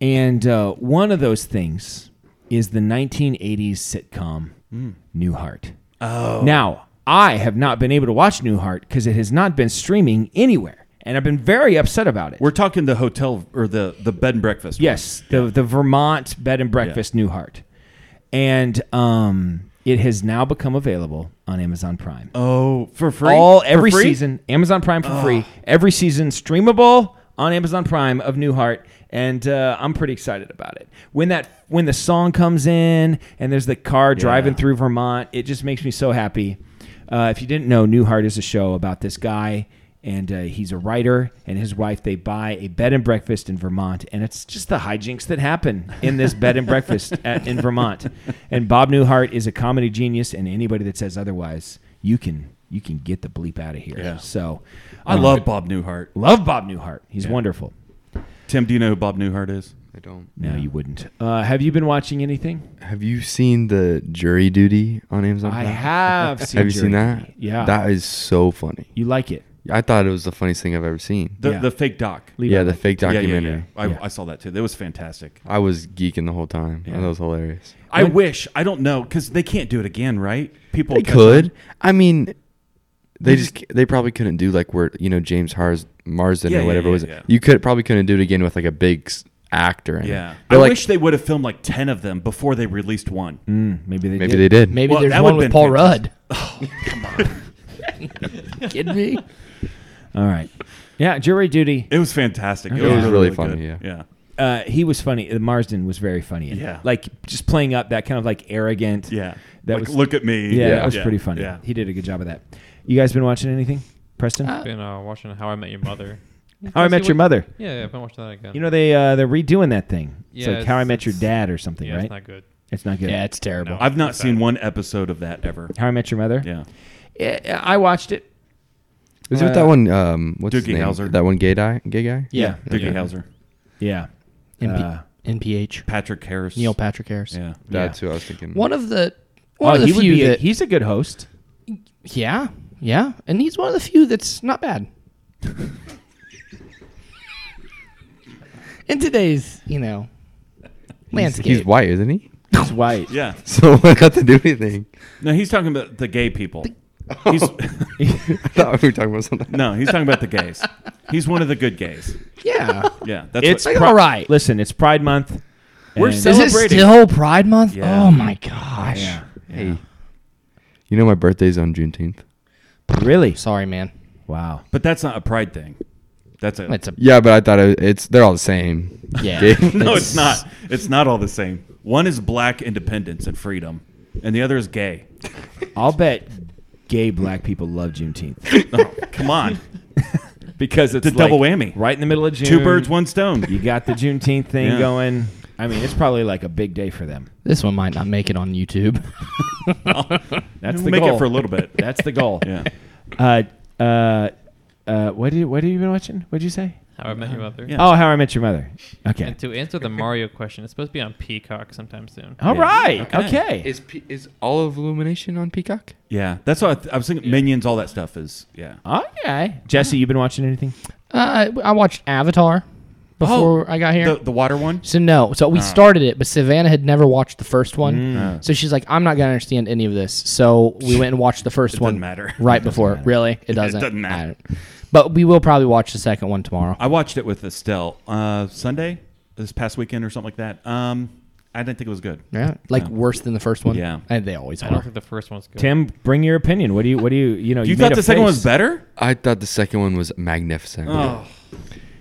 Speaker 3: And uh, one of those things is the 1980s sitcom Newhart. Oh. Now, I have not been able to watch Newhart because it has not been streaming anywhere. And I've been very upset about it.
Speaker 4: We're talking the hotel or the the bed and breakfast.
Speaker 3: Yes, the the Vermont Bed and Breakfast Newhart, and um, it has now become available on Amazon Prime.
Speaker 4: Oh, for free.
Speaker 3: Uh, All
Speaker 4: For
Speaker 3: every
Speaker 4: free?
Speaker 3: season, Amazon Prime for free. Every season, streamable on Amazon Prime of Newhart, and uh, I'm pretty excited about it. When that when the song comes in and there's the car driving through Vermont, it just makes me so happy. Uh, if you didn't know, Newhart is a show about this guy. And uh, he's a writer, and his wife. They buy a bed and breakfast in Vermont, and it's just the hijinks that happen in this bed and breakfast at, in Vermont. And Bob Newhart is a comedy genius, and anybody that says otherwise you can you can get the bleep out of here.
Speaker 4: Yeah.
Speaker 3: So
Speaker 4: I
Speaker 3: um,
Speaker 4: love Bob Newhart.
Speaker 3: love Bob Newhart. He's wonderful.
Speaker 4: Tim, do you know who Bob Newhart is?
Speaker 6: I don't.
Speaker 3: No, you wouldn't. Uh, have you been watching anything?
Speaker 6: Have you seen the Jury Duty on Amazon?
Speaker 3: I
Speaker 6: Prime?
Speaker 3: have seen.
Speaker 6: Have you
Speaker 3: Jury
Speaker 6: seen that?
Speaker 3: Duty. Yeah.
Speaker 6: That is so funny.
Speaker 3: you like it?
Speaker 6: I thought it was the funniest thing I've ever seen.
Speaker 4: The
Speaker 3: Yeah.
Speaker 4: the fake doc.
Speaker 3: Leave
Speaker 6: yeah,
Speaker 3: it
Speaker 6: the
Speaker 3: like-
Speaker 6: fake documentary.
Speaker 4: Yeah, yeah, yeah. I,
Speaker 3: Yeah.
Speaker 4: I saw that too. That was fantastic.
Speaker 6: I was geeking the whole time. That was hilarious.
Speaker 4: I wish. I don't know because they can't do it again, right? People
Speaker 6: They could. I mean, they just c- they probably couldn't do like where you know James Hars, Marsden
Speaker 4: Yeah,
Speaker 6: or
Speaker 4: yeah,
Speaker 6: whatever
Speaker 4: yeah,
Speaker 6: was.
Speaker 4: yeah.
Speaker 6: You could probably couldn't do it again with like a big s- actor. In
Speaker 4: Yeah.
Speaker 6: It.
Speaker 4: I
Speaker 6: But, like,
Speaker 4: wish they would have filmed like ten of them before they released one.
Speaker 3: Mm. Hmm, Maybe they
Speaker 6: maybe
Speaker 3: did.
Speaker 6: they did.
Speaker 5: Maybe
Speaker 4: Well,
Speaker 5: there's
Speaker 4: that
Speaker 5: one
Speaker 4: would've been
Speaker 5: with Paul Rudd. Kidding me?
Speaker 3: All right. Yeah, jury duty.
Speaker 4: It was fantastic. It,
Speaker 6: was really funny,
Speaker 4: good.
Speaker 6: yeah.
Speaker 3: Uh, he was funny. Uh, Marsden was very funny. in it.
Speaker 4: Yeah.
Speaker 3: Like just playing up that kind of like arrogant.
Speaker 4: Yeah.
Speaker 3: That
Speaker 4: Like,
Speaker 3: was
Speaker 4: look at me.
Speaker 3: Yeah, that was
Speaker 4: Yeah.
Speaker 3: pretty funny.
Speaker 4: Yeah.
Speaker 3: He did a good job of that. You guys been watching anything, Preston?
Speaker 7: Been uh, watching How I Met Your Mother.
Speaker 3: How I
Speaker 7: Let's see
Speaker 3: Met Your
Speaker 7: what-
Speaker 3: Mother.
Speaker 7: Yeah, yeah, I've been watching that again.
Speaker 3: You know they uh, they're redoing that thing. it's
Speaker 7: Yeah,
Speaker 3: like How I
Speaker 7: it's-
Speaker 3: Met Your
Speaker 7: it's-
Speaker 3: Dad or something,
Speaker 7: yeah,
Speaker 3: right?
Speaker 7: it's not good.
Speaker 3: It's not good.
Speaker 5: Yeah, it's terrible.
Speaker 7: No.
Speaker 4: I've not seen one episode of that ever.
Speaker 3: How I Met Your Mother.
Speaker 4: Yeah.
Speaker 3: Yeah, I watched it.
Speaker 6: Is it with that one? Um, what's his
Speaker 4: uh, Doogie
Speaker 6: name?
Speaker 4: Howser.
Speaker 6: That one gay guy. Gay guy.
Speaker 5: Yeah.
Speaker 4: Doogie Howser,
Speaker 3: Yeah.
Speaker 5: NP-
Speaker 3: Uh,
Speaker 5: NPH.
Speaker 4: Patrick Harris,
Speaker 5: Neil Patrick Harris.
Speaker 4: Yeah.
Speaker 6: That's who I was thinking.
Speaker 5: One of the one
Speaker 3: Oh,
Speaker 5: of the
Speaker 3: he would
Speaker 5: few
Speaker 3: be. A,
Speaker 5: that
Speaker 3: he's a good host.
Speaker 5: yeah yeah, and he's one of the few that's not bad. In today's you know landscape,
Speaker 6: He's white, isn't he?
Speaker 3: He's white.
Speaker 4: Yeah.
Speaker 6: So what got to do anything?
Speaker 4: No, he's talking about the gay people. He's,
Speaker 6: I thought we were talking about something.
Speaker 4: no, he's talking about the gays. He's one of the good gays.
Speaker 5: yeah.
Speaker 4: Yeah, that's
Speaker 3: It's
Speaker 4: what,
Speaker 5: Like,
Speaker 3: Pri-
Speaker 5: all right.
Speaker 3: Listen, it's Pride Month.
Speaker 4: We're
Speaker 3: and-
Speaker 5: Is it
Speaker 4: Celebrating.
Speaker 5: still Pride Month?
Speaker 4: Yeah.
Speaker 5: Oh my gosh!
Speaker 6: Hey. You know my birthday's on Juneteenth.
Speaker 3: really.
Speaker 5: Sorry, man.
Speaker 3: Wow.
Speaker 4: but that's not a pride thing. That's a
Speaker 5: It's a
Speaker 6: Yeah, but I thought it, it's they're all the same.
Speaker 5: yeah.
Speaker 4: no. It's not. It's not all the same. One is black independence and freedom, and the other is gay.
Speaker 3: I'll bet gay black people love Juneteenth
Speaker 4: Come on,
Speaker 3: because it's
Speaker 4: The double whammy.
Speaker 3: Right in the middle of June.
Speaker 4: two birds, one stone.
Speaker 3: You got the Juneteenth thing
Speaker 4: Yeah.
Speaker 3: going. I mean, it's probably like a big day for them.
Speaker 5: This one might not make it on YouTube.
Speaker 3: That's
Speaker 4: We'll
Speaker 3: the
Speaker 4: make
Speaker 3: goal
Speaker 4: it for a little bit.
Speaker 3: That's the goal.
Speaker 4: Yeah.
Speaker 3: Uh, uh, Uh, what did what have you been watching? What'd you say?
Speaker 7: How I Met Your Mother.
Speaker 4: Yeah.
Speaker 3: Oh, How I Met Your Mother. Okay.
Speaker 7: And to answer the Mario question, it's supposed to be on Peacock sometime soon.
Speaker 3: All right. Okay.
Speaker 6: Is P- is all of Illumination on Peacock?
Speaker 4: Yeah, that's what I, th- I was thinking. Minions, all that stuff is yeah.
Speaker 3: Okay. Jesse, you been watching anything?
Speaker 5: Uh, I I watched Avatar before I got here.
Speaker 4: The, the water one.
Speaker 5: so no, so we started it, but Savannah had never watched the first one,
Speaker 4: Mm.
Speaker 5: so she's like, "I'm not gonna understand any of this." So we went and watched the first
Speaker 4: It
Speaker 5: one.
Speaker 4: doesn't matter.
Speaker 5: Right before, really, it doesn't.
Speaker 4: doesn't matter.
Speaker 5: I don't- But we will probably watch the second one tomorrow.
Speaker 4: I watched it with Estelle uh, Sunday this past weekend or something like that. Um, I didn't think it was good.
Speaker 5: Yeah, like worse than the first one.
Speaker 4: Yeah.
Speaker 5: and they always
Speaker 7: I don't
Speaker 5: are.
Speaker 7: think the first one's good.
Speaker 3: Tim, bring your opinion. What do you what do you you know?
Speaker 4: You,
Speaker 3: made
Speaker 4: thought
Speaker 3: a
Speaker 4: the second one was
Speaker 3: face.
Speaker 4: better?
Speaker 6: I thought the second one was magnificent.
Speaker 4: Oh.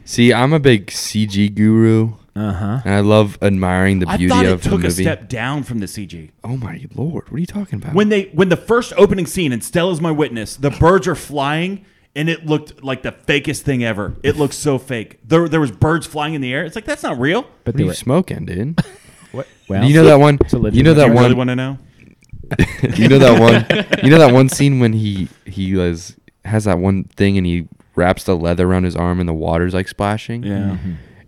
Speaker 6: See, I'm a big CG guru, uh-huh. and I love admiring the
Speaker 4: I
Speaker 6: beauty
Speaker 4: thought it
Speaker 6: of the
Speaker 4: took
Speaker 6: movie.
Speaker 4: a step down from the CG.
Speaker 6: Oh my lord, what are you talking about?
Speaker 4: When they when the first opening scene and Stella's my witness, the birds are flying and it looked like the fakest thing ever. It looked so fake. There there was birds flying in the air. It's like that's not real.
Speaker 3: But
Speaker 6: what are
Speaker 3: they
Speaker 6: you
Speaker 3: were,
Speaker 6: smoking, dude?
Speaker 3: well,
Speaker 6: you know that one.
Speaker 3: a legit
Speaker 6: You know that
Speaker 4: You really
Speaker 6: one.
Speaker 4: want to know?
Speaker 6: you know that one. You know that one scene when he he was, has that one thing and he wraps the leather around his arm and the water's like splashing.
Speaker 4: Yeah.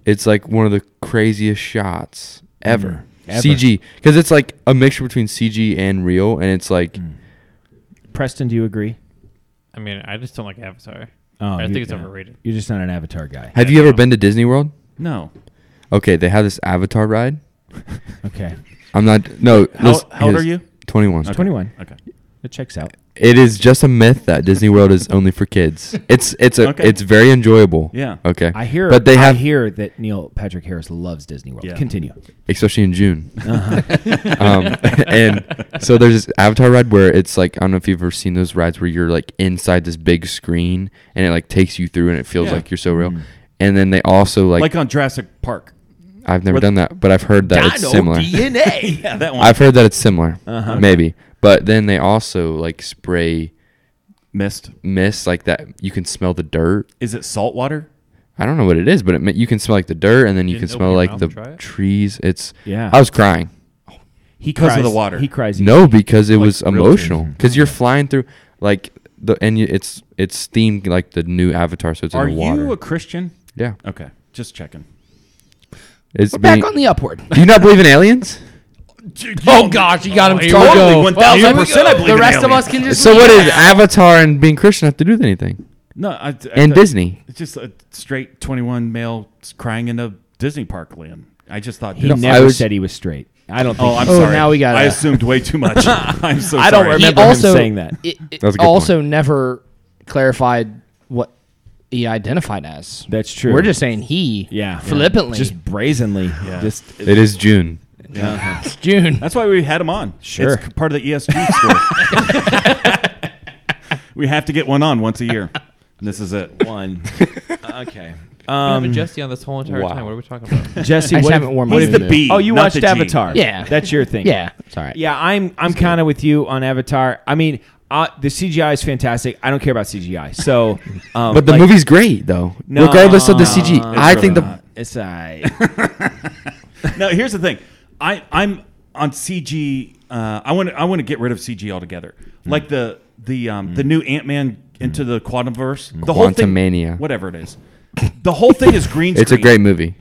Speaker 6: It's like one of the craziest shots
Speaker 4: Mm-hmm.
Speaker 6: ever.
Speaker 3: Ever.
Speaker 6: CG because it's like a mixture between CG and real, and it's like
Speaker 4: Mm.
Speaker 3: Preston, do you agree?
Speaker 7: I mean, I just don't like Avatar.
Speaker 3: Oh,
Speaker 7: I
Speaker 3: you-
Speaker 7: think it's
Speaker 3: yeah.
Speaker 7: overrated.
Speaker 3: You're just not an Avatar guy.
Speaker 6: Have you ever been to Disney World?
Speaker 4: No.
Speaker 6: Okay, they have this Avatar ride.
Speaker 3: Okay.
Speaker 6: I'm not. No.
Speaker 4: How-
Speaker 6: listen,
Speaker 4: how old
Speaker 6: here's-
Speaker 4: are you?
Speaker 6: 21.
Speaker 3: Twenty one.
Speaker 4: Okay.
Speaker 3: It checks out.
Speaker 6: It is just a myth that Disney World is only for kids. It's it's a
Speaker 4: Okay.
Speaker 6: it's very enjoyable.
Speaker 4: Yeah.
Speaker 6: Okay.
Speaker 3: I hear.
Speaker 6: But they have
Speaker 3: I hear that Neil Patrick Harris loves Disney World.
Speaker 4: Yeah.
Speaker 3: Continue.
Speaker 6: especially in June. um, and so there's this Avatar ride where it's like I don't know if you've ever seen those rides where you're like inside this big screen and it like takes you through and it feels
Speaker 4: Yeah.
Speaker 6: like you're so real.
Speaker 7: Mm-hmm.
Speaker 6: And then they also like,
Speaker 4: Like
Speaker 7: uh,
Speaker 4: on Jurassic Park.
Speaker 6: I've never done that, but I've heard that it's similar.
Speaker 3: DNA.
Speaker 4: Yeah, that one.
Speaker 6: I've heard that it's similar,
Speaker 7: Uh-huh.
Speaker 6: maybe. But then they also like spray
Speaker 4: missed.
Speaker 6: mist like that. You can smell the dirt.
Speaker 4: Is it salt water?
Speaker 6: I don't know what it is, but it, ma- you can smell like the dirt, and then you,
Speaker 7: You
Speaker 6: can
Speaker 7: didn't
Speaker 6: smell
Speaker 7: open
Speaker 6: like
Speaker 7: your mouth
Speaker 6: the
Speaker 7: and try it?
Speaker 6: trees. It's
Speaker 3: Yeah.
Speaker 6: I was crying.
Speaker 3: He
Speaker 4: Because
Speaker 3: cries,
Speaker 4: of the water.
Speaker 3: He cries.
Speaker 6: No, because it was
Speaker 4: real
Speaker 6: emotional. Because you're flying through like the and you, it's it's themed like the new Avatar, so it's
Speaker 4: Are
Speaker 6: in the water.
Speaker 4: you a Christian?
Speaker 6: yeah,
Speaker 4: Okay, just checking.
Speaker 6: it's
Speaker 5: We're back
Speaker 6: being-
Speaker 5: on the upward.
Speaker 6: Do you not believe in aliens?
Speaker 5: Oh gosh, you got him.
Speaker 4: Totally,
Speaker 5: Don't go.
Speaker 4: 1000% I believe
Speaker 5: the
Speaker 4: in
Speaker 5: rest of
Speaker 4: aliens.
Speaker 5: us can just.
Speaker 6: So what
Speaker 5: leave
Speaker 6: does
Speaker 5: now.
Speaker 6: Avatar and being Christian have to do with anything?
Speaker 4: No, I, I-
Speaker 6: And
Speaker 4: I-
Speaker 6: Disney.
Speaker 4: It's just a straight twenty-one male s- crying in a Disney park land. I just thought.
Speaker 3: He
Speaker 4: No,
Speaker 3: never
Speaker 6: was-
Speaker 3: said he was straight. I don't think.
Speaker 4: oh, I'm
Speaker 3: he-
Speaker 5: Oh,
Speaker 4: sorry.
Speaker 5: now we got
Speaker 4: I
Speaker 5: it.
Speaker 4: assumed way too much. I'm so.
Speaker 3: I don't
Speaker 4: sorry.
Speaker 3: remember him saying that.
Speaker 5: It, it
Speaker 6: That's a good
Speaker 5: also never clarified what he identified as.
Speaker 3: That's true.
Speaker 5: We're just saying he.
Speaker 3: yeah.
Speaker 5: Flippantly.
Speaker 3: Just brazenly. Just uh,
Speaker 6: It is June.
Speaker 5: June.
Speaker 4: That's why we had him on.
Speaker 3: Sure.
Speaker 4: it's c- part of the E ESG story. we have to get one on once a year. And this is it.
Speaker 3: one. okay.
Speaker 7: Um,
Speaker 3: Mm.
Speaker 7: Jesse on this whole entire time. What are we talking about?
Speaker 3: Jesse,
Speaker 5: I just
Speaker 3: what
Speaker 5: haven't
Speaker 3: if-
Speaker 5: worn my
Speaker 4: What if the
Speaker 5: new-
Speaker 4: B?
Speaker 3: Oh, you
Speaker 4: not
Speaker 3: watched
Speaker 4: the G?
Speaker 3: Avatar.
Speaker 5: Yeah.
Speaker 3: that's your thing.
Speaker 5: Yeah, it's all right.
Speaker 3: yeah. I'm I'm kind of with you on Avatar. I mean, uh, the CGI is fantastic. I don't care about CGI. So, um,
Speaker 6: But the
Speaker 3: like-
Speaker 6: movie's great though. Regardless of the CG,
Speaker 3: No,
Speaker 6: I think the
Speaker 3: It's I.
Speaker 4: No, here's the thing. I I'm on CG. Uh, I want I want to get rid of CG altogether. Like the the um, the new Ant Man into the Quantum Verse. The whole thing,
Speaker 6: Quantumania.
Speaker 4: whatever it is. The whole thing is green screen.
Speaker 6: it's a great movie.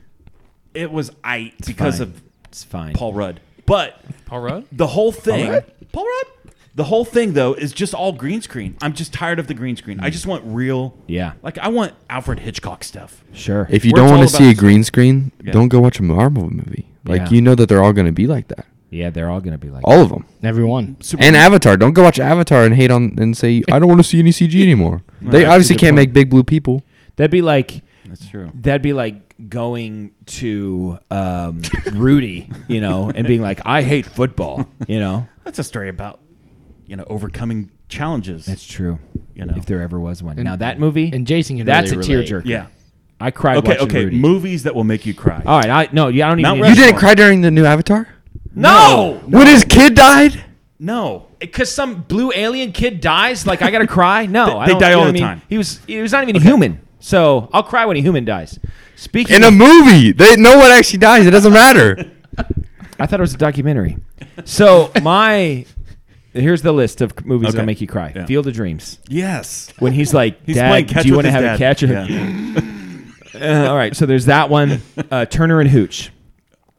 Speaker 4: It was I because
Speaker 3: fine.
Speaker 4: of
Speaker 3: It's fine.
Speaker 4: Paul Rudd, but
Speaker 7: Paul Rudd?
Speaker 4: the whole thing. Paul Rudd. The whole thing though is just all green screen. I'm just tired of the green screen. I just want real.
Speaker 3: Yeah.
Speaker 4: Like I want Alfred Hitchcock stuff.
Speaker 3: Sure.
Speaker 6: If you
Speaker 4: Where
Speaker 6: don't
Speaker 4: it's all
Speaker 6: want to see a
Speaker 4: about-
Speaker 6: green screen,
Speaker 4: Yeah.
Speaker 6: don't go watch a Marvel movie. Like
Speaker 3: Yeah.
Speaker 6: you know that they're all going to be like that.
Speaker 3: yeah, they're all gonna be like.
Speaker 6: All of them.
Speaker 5: Everyone.
Speaker 6: and Avatar. Don't go watch Avatar and hate on and say I don't want to see any CG anymore. they obviously can't make big blue people.
Speaker 3: That'd be like.
Speaker 4: That's true.
Speaker 3: That'd be like going to um, Rudy, you know, and being like, "I hate football," you know.
Speaker 4: That's a story about you know overcoming challenges.
Speaker 3: That's true.
Speaker 4: You know.
Speaker 3: if there ever was one. now that movie
Speaker 5: and Jason can
Speaker 3: that's
Speaker 5: really
Speaker 3: a
Speaker 5: relate.
Speaker 3: tearjerker.
Speaker 4: yeah.
Speaker 3: I cried
Speaker 4: Okay,
Speaker 3: watching
Speaker 4: okay.
Speaker 3: Rudy.
Speaker 4: Movies that will make you cry.
Speaker 3: All right, I no, yeah, I don't even.
Speaker 4: Mount
Speaker 3: need
Speaker 4: Rushmore.
Speaker 3: to-
Speaker 6: You didn't cry during the new Avatar
Speaker 3: No,
Speaker 6: when his kid died.
Speaker 4: no.
Speaker 3: because some blue alien kid dies. Like I gotta cry. No, I
Speaker 4: they
Speaker 3: don't-
Speaker 4: die
Speaker 3: you know
Speaker 4: all
Speaker 3: what I
Speaker 4: the
Speaker 3: mean?
Speaker 4: time.
Speaker 3: He was he was not even human. So I'll cry when a human dies. Speaking,
Speaker 6: In a
Speaker 3: of-
Speaker 6: movie, they no one actually dies. It doesn't matter.
Speaker 3: I thought it was a documentary. So my here's the list of movies
Speaker 4: Okay.
Speaker 3: that'll make you cry.
Speaker 4: Yeah.
Speaker 3: Field of Dreams.
Speaker 4: Yes.
Speaker 3: When he's like,
Speaker 4: He's
Speaker 3: Dad,
Speaker 4: playing catch
Speaker 3: do you
Speaker 4: with
Speaker 3: want to
Speaker 4: his
Speaker 3: have a
Speaker 4: dad.
Speaker 3: catcher?
Speaker 4: Yeah.
Speaker 3: Uh, all right, so there's that one. Uh, Turner and Hooch.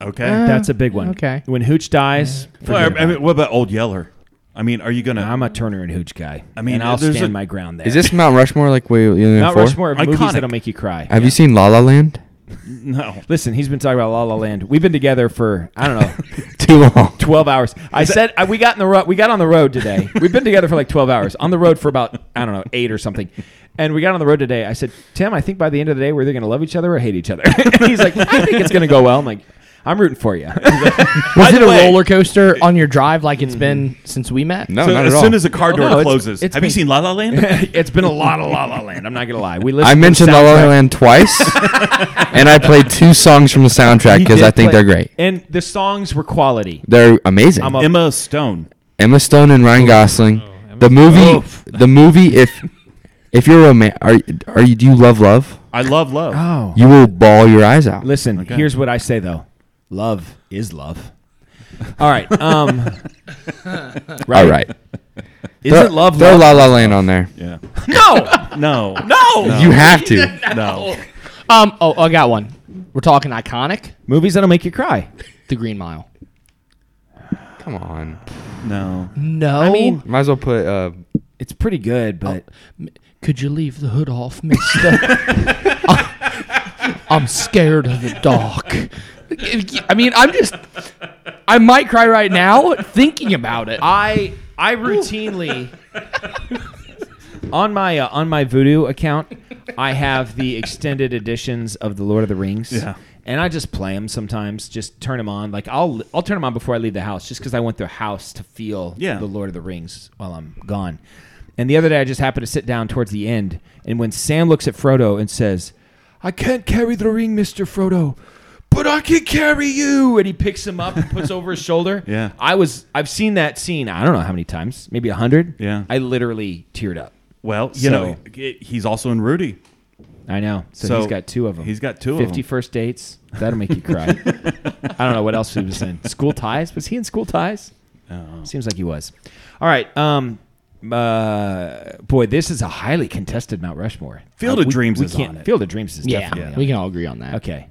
Speaker 4: Okay.
Speaker 3: That's a big one.
Speaker 5: okay.
Speaker 3: When Hooch dies,
Speaker 4: Well,
Speaker 3: forget
Speaker 4: I- I
Speaker 3: about
Speaker 4: mean,
Speaker 3: it.
Speaker 4: what about Old Yeller? I mean, are you gonna?
Speaker 3: I'm a Turner and Hooch guy.
Speaker 4: I mean,
Speaker 3: and I'll
Speaker 4: there's
Speaker 3: stand
Speaker 4: a-
Speaker 3: my ground there.
Speaker 6: Is this Mount Rushmore like way you
Speaker 3: Mount Rushmore of movies
Speaker 4: Iconic.
Speaker 3: that'll make you cry?
Speaker 6: Have you seen La La Land?
Speaker 4: no.
Speaker 3: Listen, he's been talking about La La Land. We've been together for I don't know,
Speaker 6: Too long.
Speaker 3: twelve hours. I said I, we got in the ro- we got on the road today. We've been together for like twelve hours on the road for about I don't know eight or something, and we got on the road today. I said, Tim, I think by the end of the day we're either going to love each other or hate each other. And he's like, I think it's going to go well. I'm like, I'm rooting for you.
Speaker 5: Was it a
Speaker 4: way-
Speaker 5: roller coaster on your drive like it's been since we met?
Speaker 6: No,
Speaker 4: So
Speaker 6: not
Speaker 4: as
Speaker 6: at all.
Speaker 4: soon as the car door
Speaker 3: Oh, no, it's-
Speaker 4: closes,
Speaker 3: it's
Speaker 4: have
Speaker 3: been-
Speaker 4: you seen La La Land?
Speaker 3: it's been a lot of La La Land. I'm not going to lie. We listened
Speaker 6: I
Speaker 3: to the
Speaker 6: mentioned La La
Speaker 3: soundtrack.
Speaker 6: Land twice, and I played two songs from the soundtrack
Speaker 3: He
Speaker 6: because
Speaker 3: did
Speaker 6: I think
Speaker 3: play-
Speaker 6: they're great.
Speaker 3: and the songs were quality.
Speaker 6: They're amazing.
Speaker 3: I'm a-
Speaker 4: Emma Stone.
Speaker 6: Emma Stone and Ryan Gosling.
Speaker 7: Emma
Speaker 6: the movie.
Speaker 3: Oof.
Speaker 6: The movie. If if you're a man, are are you? Do you love love?
Speaker 4: I love love.
Speaker 3: Oh,
Speaker 6: You will bawl your eyes out.
Speaker 3: Listen, here's what I say though. Love is love. All right. Um,
Speaker 6: All right.
Speaker 3: Isn't
Speaker 6: throw,
Speaker 3: love
Speaker 6: Throw
Speaker 3: love?
Speaker 6: La La Land on there.
Speaker 4: Yeah.
Speaker 5: No,
Speaker 4: No. No.
Speaker 5: no.
Speaker 6: You have to.
Speaker 4: No.
Speaker 5: Um. Oh, I got one. We're talking iconic.
Speaker 3: Movies that'll make you cry.
Speaker 5: The Green Mile.
Speaker 6: Come on.
Speaker 4: No.
Speaker 5: No.
Speaker 3: I mean,
Speaker 6: Might as well put. Uh,
Speaker 3: it's pretty good, but
Speaker 5: could you leave the hood off, mister? Uh, I'm scared of the dark. I mean, I'm just. I might cry right now thinking about it.
Speaker 3: I I routinely on my uh, on my Voodoo account, I have the extended editions of the Lord of the Rings.
Speaker 4: Yeah.
Speaker 3: And I just play them sometimes. Just turn them on. Like I'll I'll turn them on before I leave the house, just because I want the house to feel
Speaker 4: Yeah.
Speaker 3: the Lord of the Rings while I'm gone. And the other day, I just happened to sit down towards the end, and when Sam looks at Frodo and says, "I can't carry the ring, Mister Frodo." But I can carry you, and he picks him up and puts over his shoulder.
Speaker 4: Yeah.
Speaker 3: I was I've seen that scene. I don't know how many times, maybe a hundred.
Speaker 4: Yeah.
Speaker 3: I literally teared up.
Speaker 4: Well, you
Speaker 3: So-
Speaker 4: know, it- he's also in Rudy.
Speaker 3: I know. So,
Speaker 4: So,
Speaker 3: he's got two of them.
Speaker 4: he's got two of
Speaker 3: 50
Speaker 4: them.
Speaker 3: first dates. That'll make you cry. I don't know what else he was in. School ties. Was he in school ties?
Speaker 4: Uh-uh.
Speaker 3: Seems like he was. All right. Um. Uh. Boy, this is a highly contested Mount Rushmore.
Speaker 4: Field
Speaker 3: Uh,
Speaker 4: of
Speaker 3: we-
Speaker 4: Dreams
Speaker 3: we
Speaker 4: is
Speaker 3: can't,
Speaker 4: on it.
Speaker 3: Field of Dreams is
Speaker 5: yeah,
Speaker 3: definitely. on
Speaker 5: we
Speaker 3: it.
Speaker 5: can all agree on that.
Speaker 3: Okay.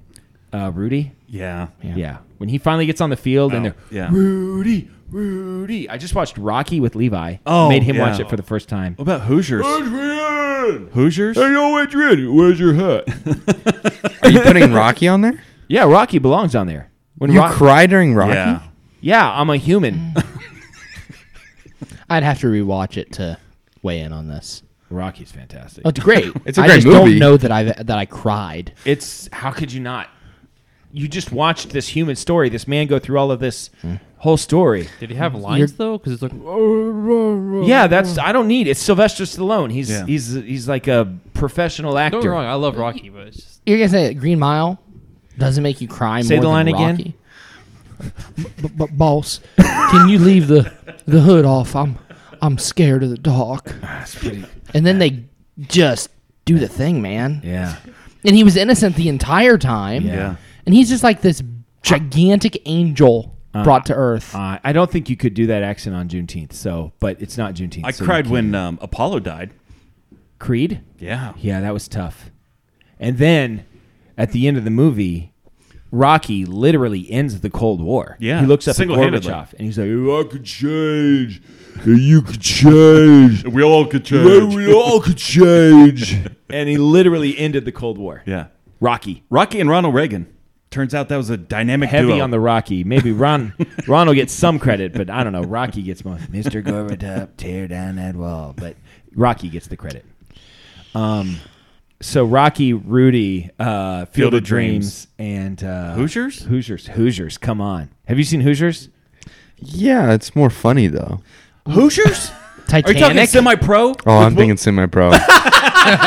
Speaker 3: Uh, Rudy.
Speaker 4: Yeah.
Speaker 3: Yeah. When he finally gets on the field and they're
Speaker 4: Oh, yeah.
Speaker 3: Rudy, Rudy. I just watched Rocky with Levi.
Speaker 4: Oh,
Speaker 3: made him
Speaker 4: yeah.
Speaker 3: watch it for the first time.
Speaker 4: What about Hoosiers?
Speaker 1: Adrian!
Speaker 4: Hoosiers?
Speaker 1: yo, Adrian, where's your hat?
Speaker 6: are you putting Rocky on there?
Speaker 3: Yeah, Rocky belongs on there. When
Speaker 6: You
Speaker 3: Rock-
Speaker 6: cry during Rocky.
Speaker 4: Yeah.
Speaker 3: yeah, I'm a human.
Speaker 5: I'd have to rewatch it to weigh in on this.
Speaker 3: Rocky's fantastic.
Speaker 5: Oh, it's great.
Speaker 6: It's a
Speaker 5: I
Speaker 6: great
Speaker 5: just
Speaker 6: movie.
Speaker 5: don't know that I that I cried.
Speaker 3: It's how could you not? You just watched this human story, this man go through all of this whole story.
Speaker 7: Did he have lines though? Because it's like
Speaker 3: Yeah, that's I don't need it's Sylvester Stallone. He's
Speaker 4: Yeah.
Speaker 3: he's he's like a professional actor.
Speaker 7: don't get me wrong, I love Rocky, but it's just
Speaker 5: You're gonna say that Green Mile doesn't make you cry.
Speaker 3: Say the
Speaker 5: more than
Speaker 3: line again.
Speaker 5: Rocky? B- b- boss, can you leave the the hood off? I'm I'm scared of the dark. And then they just do the thing, man.
Speaker 3: yeah.
Speaker 5: And he was innocent the entire time.
Speaker 4: Yeah.
Speaker 5: And he's just like this gigantic angel brought to earth.
Speaker 3: Uh, I don't think you could do that accent on Juneteenth. So, but it's not Juneteenth.
Speaker 4: I
Speaker 3: so you
Speaker 4: cried
Speaker 3: can't.
Speaker 4: when uh, um, Apollo died.
Speaker 3: Creed.
Speaker 4: Yeah.
Speaker 3: Yeah, that was tough. And then at the end of the movie, Rocky literally ends the Cold War.
Speaker 4: Yeah,
Speaker 3: he looks up at
Speaker 4: single-handedly.
Speaker 3: Gorbachev and he's like, "Ooh."
Speaker 1: I could change. And you could change.
Speaker 4: We all could
Speaker 1: And we all could change.
Speaker 3: and he literally ended the Cold War.
Speaker 4: Yeah.
Speaker 3: Rocky,
Speaker 4: Rocky and Ronald Reagan. Turns out that was a dynamic
Speaker 3: heavy
Speaker 4: duo.
Speaker 3: on the Rocky. Maybe Ron, Ron will get some credit, but I don't know. Rocky gets most. Mister Gorbachev, tear down that wall, but Rocky gets the credit. Um, so Rocky, Rudy, uh, Field,
Speaker 4: Field
Speaker 3: of
Speaker 4: of Dreams.
Speaker 3: Dreams, and uh,
Speaker 4: Hoosiers?
Speaker 3: Hoosiers, Hoosiers. Come on, have you seen Hoosiers?
Speaker 6: Yeah, it's more funny though.
Speaker 4: Hoosiers? Are you talking
Speaker 5: Titanic
Speaker 4: semi-pro?
Speaker 6: Oh, I'm thinking semi-pro.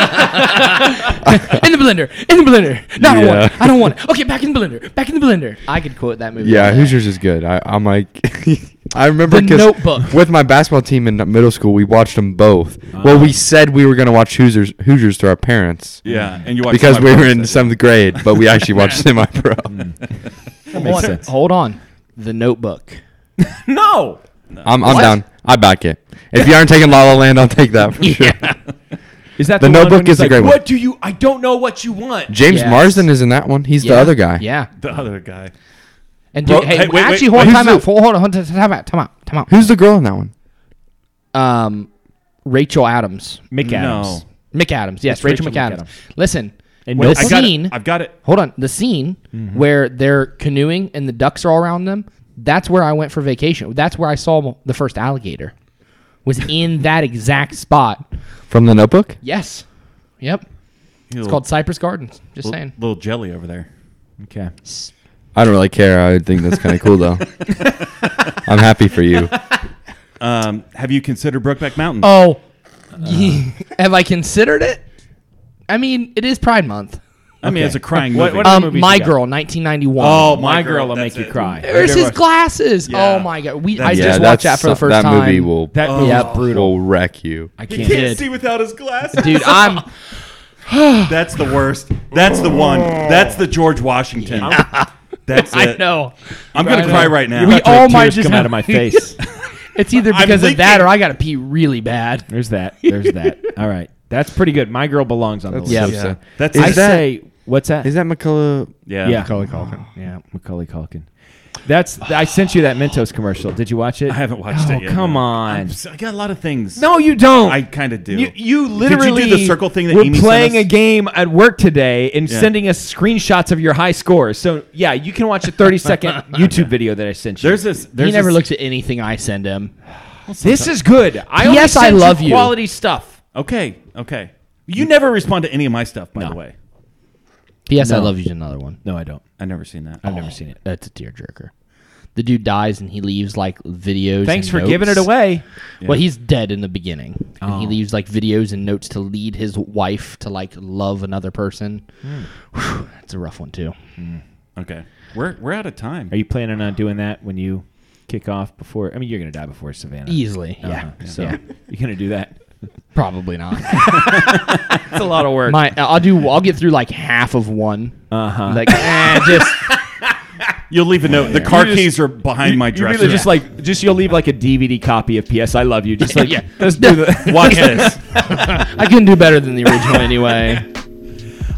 Speaker 5: in the blender, in the blender. No,
Speaker 6: Yeah.
Speaker 5: I don't want it. I don't want it. Okay, back in the blender, back in the blender. I could quote that movie.
Speaker 6: yeah,
Speaker 5: all day.
Speaker 6: Hoosiers is good. I, I'm like, I remember
Speaker 5: The
Speaker 6: 'cause
Speaker 5: Notebook.
Speaker 6: with my basketball team in middle school. We watched them both. Well, we said we were gonna watch Hoosiers Hoosiers to our parents
Speaker 4: Yeah, and you watched
Speaker 6: because we
Speaker 4: semi-pro
Speaker 6: were in
Speaker 4: instead.
Speaker 6: seventh grade, but we actually watched semi-pro.
Speaker 3: makes
Speaker 5: Hold-
Speaker 3: sense.
Speaker 5: Hold on. The Notebook.
Speaker 3: No,
Speaker 6: I'm, I'm down. I back it. If you aren't taking La La Land, I'll take that for sure.
Speaker 3: Is that
Speaker 6: The
Speaker 3: one
Speaker 6: Notebook
Speaker 3: when he's
Speaker 6: is a great one.
Speaker 3: What do you? I don't know what you want.
Speaker 6: James
Speaker 5: Yes.
Speaker 6: Marsden is in that one. He's the other guy.
Speaker 5: Yeah.
Speaker 4: The other guy.
Speaker 5: And dude,
Speaker 4: Well,
Speaker 5: hey,
Speaker 4: hey, wait,
Speaker 5: actually,
Speaker 4: wait,
Speaker 5: hold on,
Speaker 4: who's
Speaker 5: time
Speaker 4: the-
Speaker 5: out. Hold on, hold on, time out, time out, time out.
Speaker 6: Who's the girl in that one?
Speaker 5: Um, Rachel Adams,
Speaker 3: Mick Adams.
Speaker 4: No.
Speaker 5: McAdams. Yes,
Speaker 3: It's
Speaker 5: Rachel,
Speaker 3: Rachel
Speaker 5: McAdams.
Speaker 3: McAdams.
Speaker 5: Listen,
Speaker 3: And
Speaker 5: when
Speaker 3: no
Speaker 5: the
Speaker 3: I
Speaker 4: I got
Speaker 5: scene.
Speaker 4: it. I've got it. Mm-hmm.
Speaker 5: hold on, the scene where they're canoeing and the ducks are all around them. That's where I went for vacation. That's where I saw the first alligator. Was in that exact spot.
Speaker 6: From the Notebook?
Speaker 5: Yes. Yep.
Speaker 4: It's
Speaker 5: It's called Cypress Gardens. Just saying.
Speaker 4: Little jelly over there.
Speaker 3: Okay.
Speaker 6: I don't really care. I think that's kind of cool though. I'm happy for you.
Speaker 4: Um, have you considered Brokeback Mountain?
Speaker 5: Oh, have I considered it? I mean, it is Pride Month.
Speaker 4: I mean, it's a crying
Speaker 3: What-
Speaker 4: movie.
Speaker 3: what-
Speaker 5: Um,
Speaker 3: movies
Speaker 5: My
Speaker 3: you got?
Speaker 5: Girl, 1991.
Speaker 4: Oh,
Speaker 3: My,
Speaker 4: My
Speaker 3: girl
Speaker 4: Girl
Speaker 3: will
Speaker 4: that's
Speaker 3: make you
Speaker 4: it.
Speaker 3: cry.
Speaker 5: There's his glasses.
Speaker 4: Yeah.
Speaker 5: Oh my god, we I
Speaker 4: That's-
Speaker 5: just
Speaker 4: Yeah,
Speaker 5: watched that for the
Speaker 6: some-
Speaker 5: first
Speaker 6: that
Speaker 5: time.
Speaker 6: movie will
Speaker 3: That movie's
Speaker 5: Yep.
Speaker 3: brutal.
Speaker 6: will wreck you.
Speaker 5: I
Speaker 4: He
Speaker 5: can't,
Speaker 4: can't see without his glasses.
Speaker 5: dude. I'm
Speaker 4: That's the worst. That's the one.
Speaker 3: Oh.
Speaker 4: That's the George Washington. That's
Speaker 5: I
Speaker 4: it.
Speaker 5: know.
Speaker 4: I'm gonna
Speaker 5: I
Speaker 4: cry
Speaker 5: know.
Speaker 4: right now.
Speaker 5: We
Speaker 3: That's why
Speaker 5: all
Speaker 3: tears
Speaker 5: might just
Speaker 3: come
Speaker 5: have-
Speaker 3: out of my face.
Speaker 5: It's either
Speaker 4: I'm
Speaker 5: because of that
Speaker 4: leaking.
Speaker 5: or I gotta pee really bad.
Speaker 3: There's that. There's that. All right. That's pretty good. My girl belongs on the list.
Speaker 5: Yeah.
Speaker 6: so sad.
Speaker 4: That's
Speaker 6: Is
Speaker 3: I
Speaker 4: it.
Speaker 6: that-
Speaker 3: say, what's that?
Speaker 6: Is that McCullough?
Speaker 4: yeah.
Speaker 3: yeah,
Speaker 5: Macaulay Culkin.
Speaker 3: Yeah, Macaulay Culkin. That's. I sent you that Mentos commercial. Did you watch it?
Speaker 4: I haven't watched
Speaker 3: oh,
Speaker 4: it yet.
Speaker 3: Come
Speaker 4: no.
Speaker 3: on.
Speaker 4: I'm s- I got a lot of things.
Speaker 3: no, you don't.
Speaker 4: I kind of do.
Speaker 3: You, you
Speaker 4: you do the
Speaker 3: literally
Speaker 4: circle thing that
Speaker 3: we're
Speaker 4: Amy sent
Speaker 3: playing
Speaker 4: us?
Speaker 3: a game at work today and
Speaker 4: Yeah.
Speaker 3: sending us screenshots of your high scores. So yeah, you can watch a 30 second YouTube video that I sent you.
Speaker 4: there's this. There's
Speaker 5: He never
Speaker 4: this-
Speaker 5: looks at anything I send him.
Speaker 3: this is good. I only
Speaker 5: Yes, I
Speaker 3: send
Speaker 5: love you.
Speaker 3: quality stuff.
Speaker 4: Okay. Okay. You never respond to any of my stuff, by the way.
Speaker 5: P.S. I
Speaker 3: No.
Speaker 5: love you. is Another one.
Speaker 3: No, I don't.
Speaker 4: I've never seen that.
Speaker 3: I've never seen it.
Speaker 5: That's a tearjerker. The dude dies and he leaves like videos.
Speaker 3: Thanks
Speaker 5: and
Speaker 3: for giving it
Speaker 5: notes.
Speaker 3: away. Oh.
Speaker 5: Well, he's dead in the beginning, and he leaves like videos and notes to lead his wife to like love another person.
Speaker 3: Hmm.
Speaker 5: Whew, that's a rough one too.
Speaker 4: Okay. We're we're out of time.
Speaker 3: Are you planning on doing that when you kick off before? I mean, you're gonna die before Savannah.
Speaker 5: Easily, yeah,
Speaker 3: Uh-huh. So
Speaker 5: Yeah.
Speaker 3: you're gonna do that.
Speaker 5: probably not.
Speaker 3: That's a lot of work.
Speaker 5: My, I'll do. I'll get through like half of one.
Speaker 3: Uh huh.
Speaker 5: Like, eh, just
Speaker 4: You'll leave a note. The car
Speaker 3: You just-
Speaker 4: keys are behind my
Speaker 3: You
Speaker 4: dresser.
Speaker 3: really just like just you'll leave like a DVD copy of PS I Love You. Just like
Speaker 5: Yeah.
Speaker 3: let's do the
Speaker 4: watch this.
Speaker 5: I couldn't do better than the original anyway.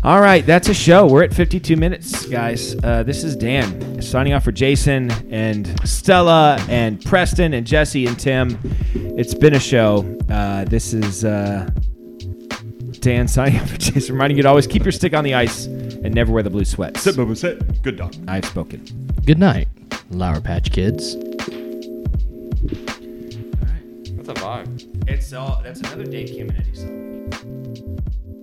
Speaker 3: All right, that's a show. We're at 52 minutes, guys. Uh, this is Dan signing off for Jason and Stella and Preston and Jesse and Tim. It's been a show. Uh, this is uh, Dan signing off for Jason, reminding you to always keep your stick on the ice and never wear the blue sweats.
Speaker 4: Sit, Bubba, sit. Good dog.
Speaker 3: I've spoken.
Speaker 5: Good night, Lower Patch Kids.
Speaker 6: That's a vibe.
Speaker 3: It's all. That's another Dave Caminiti song.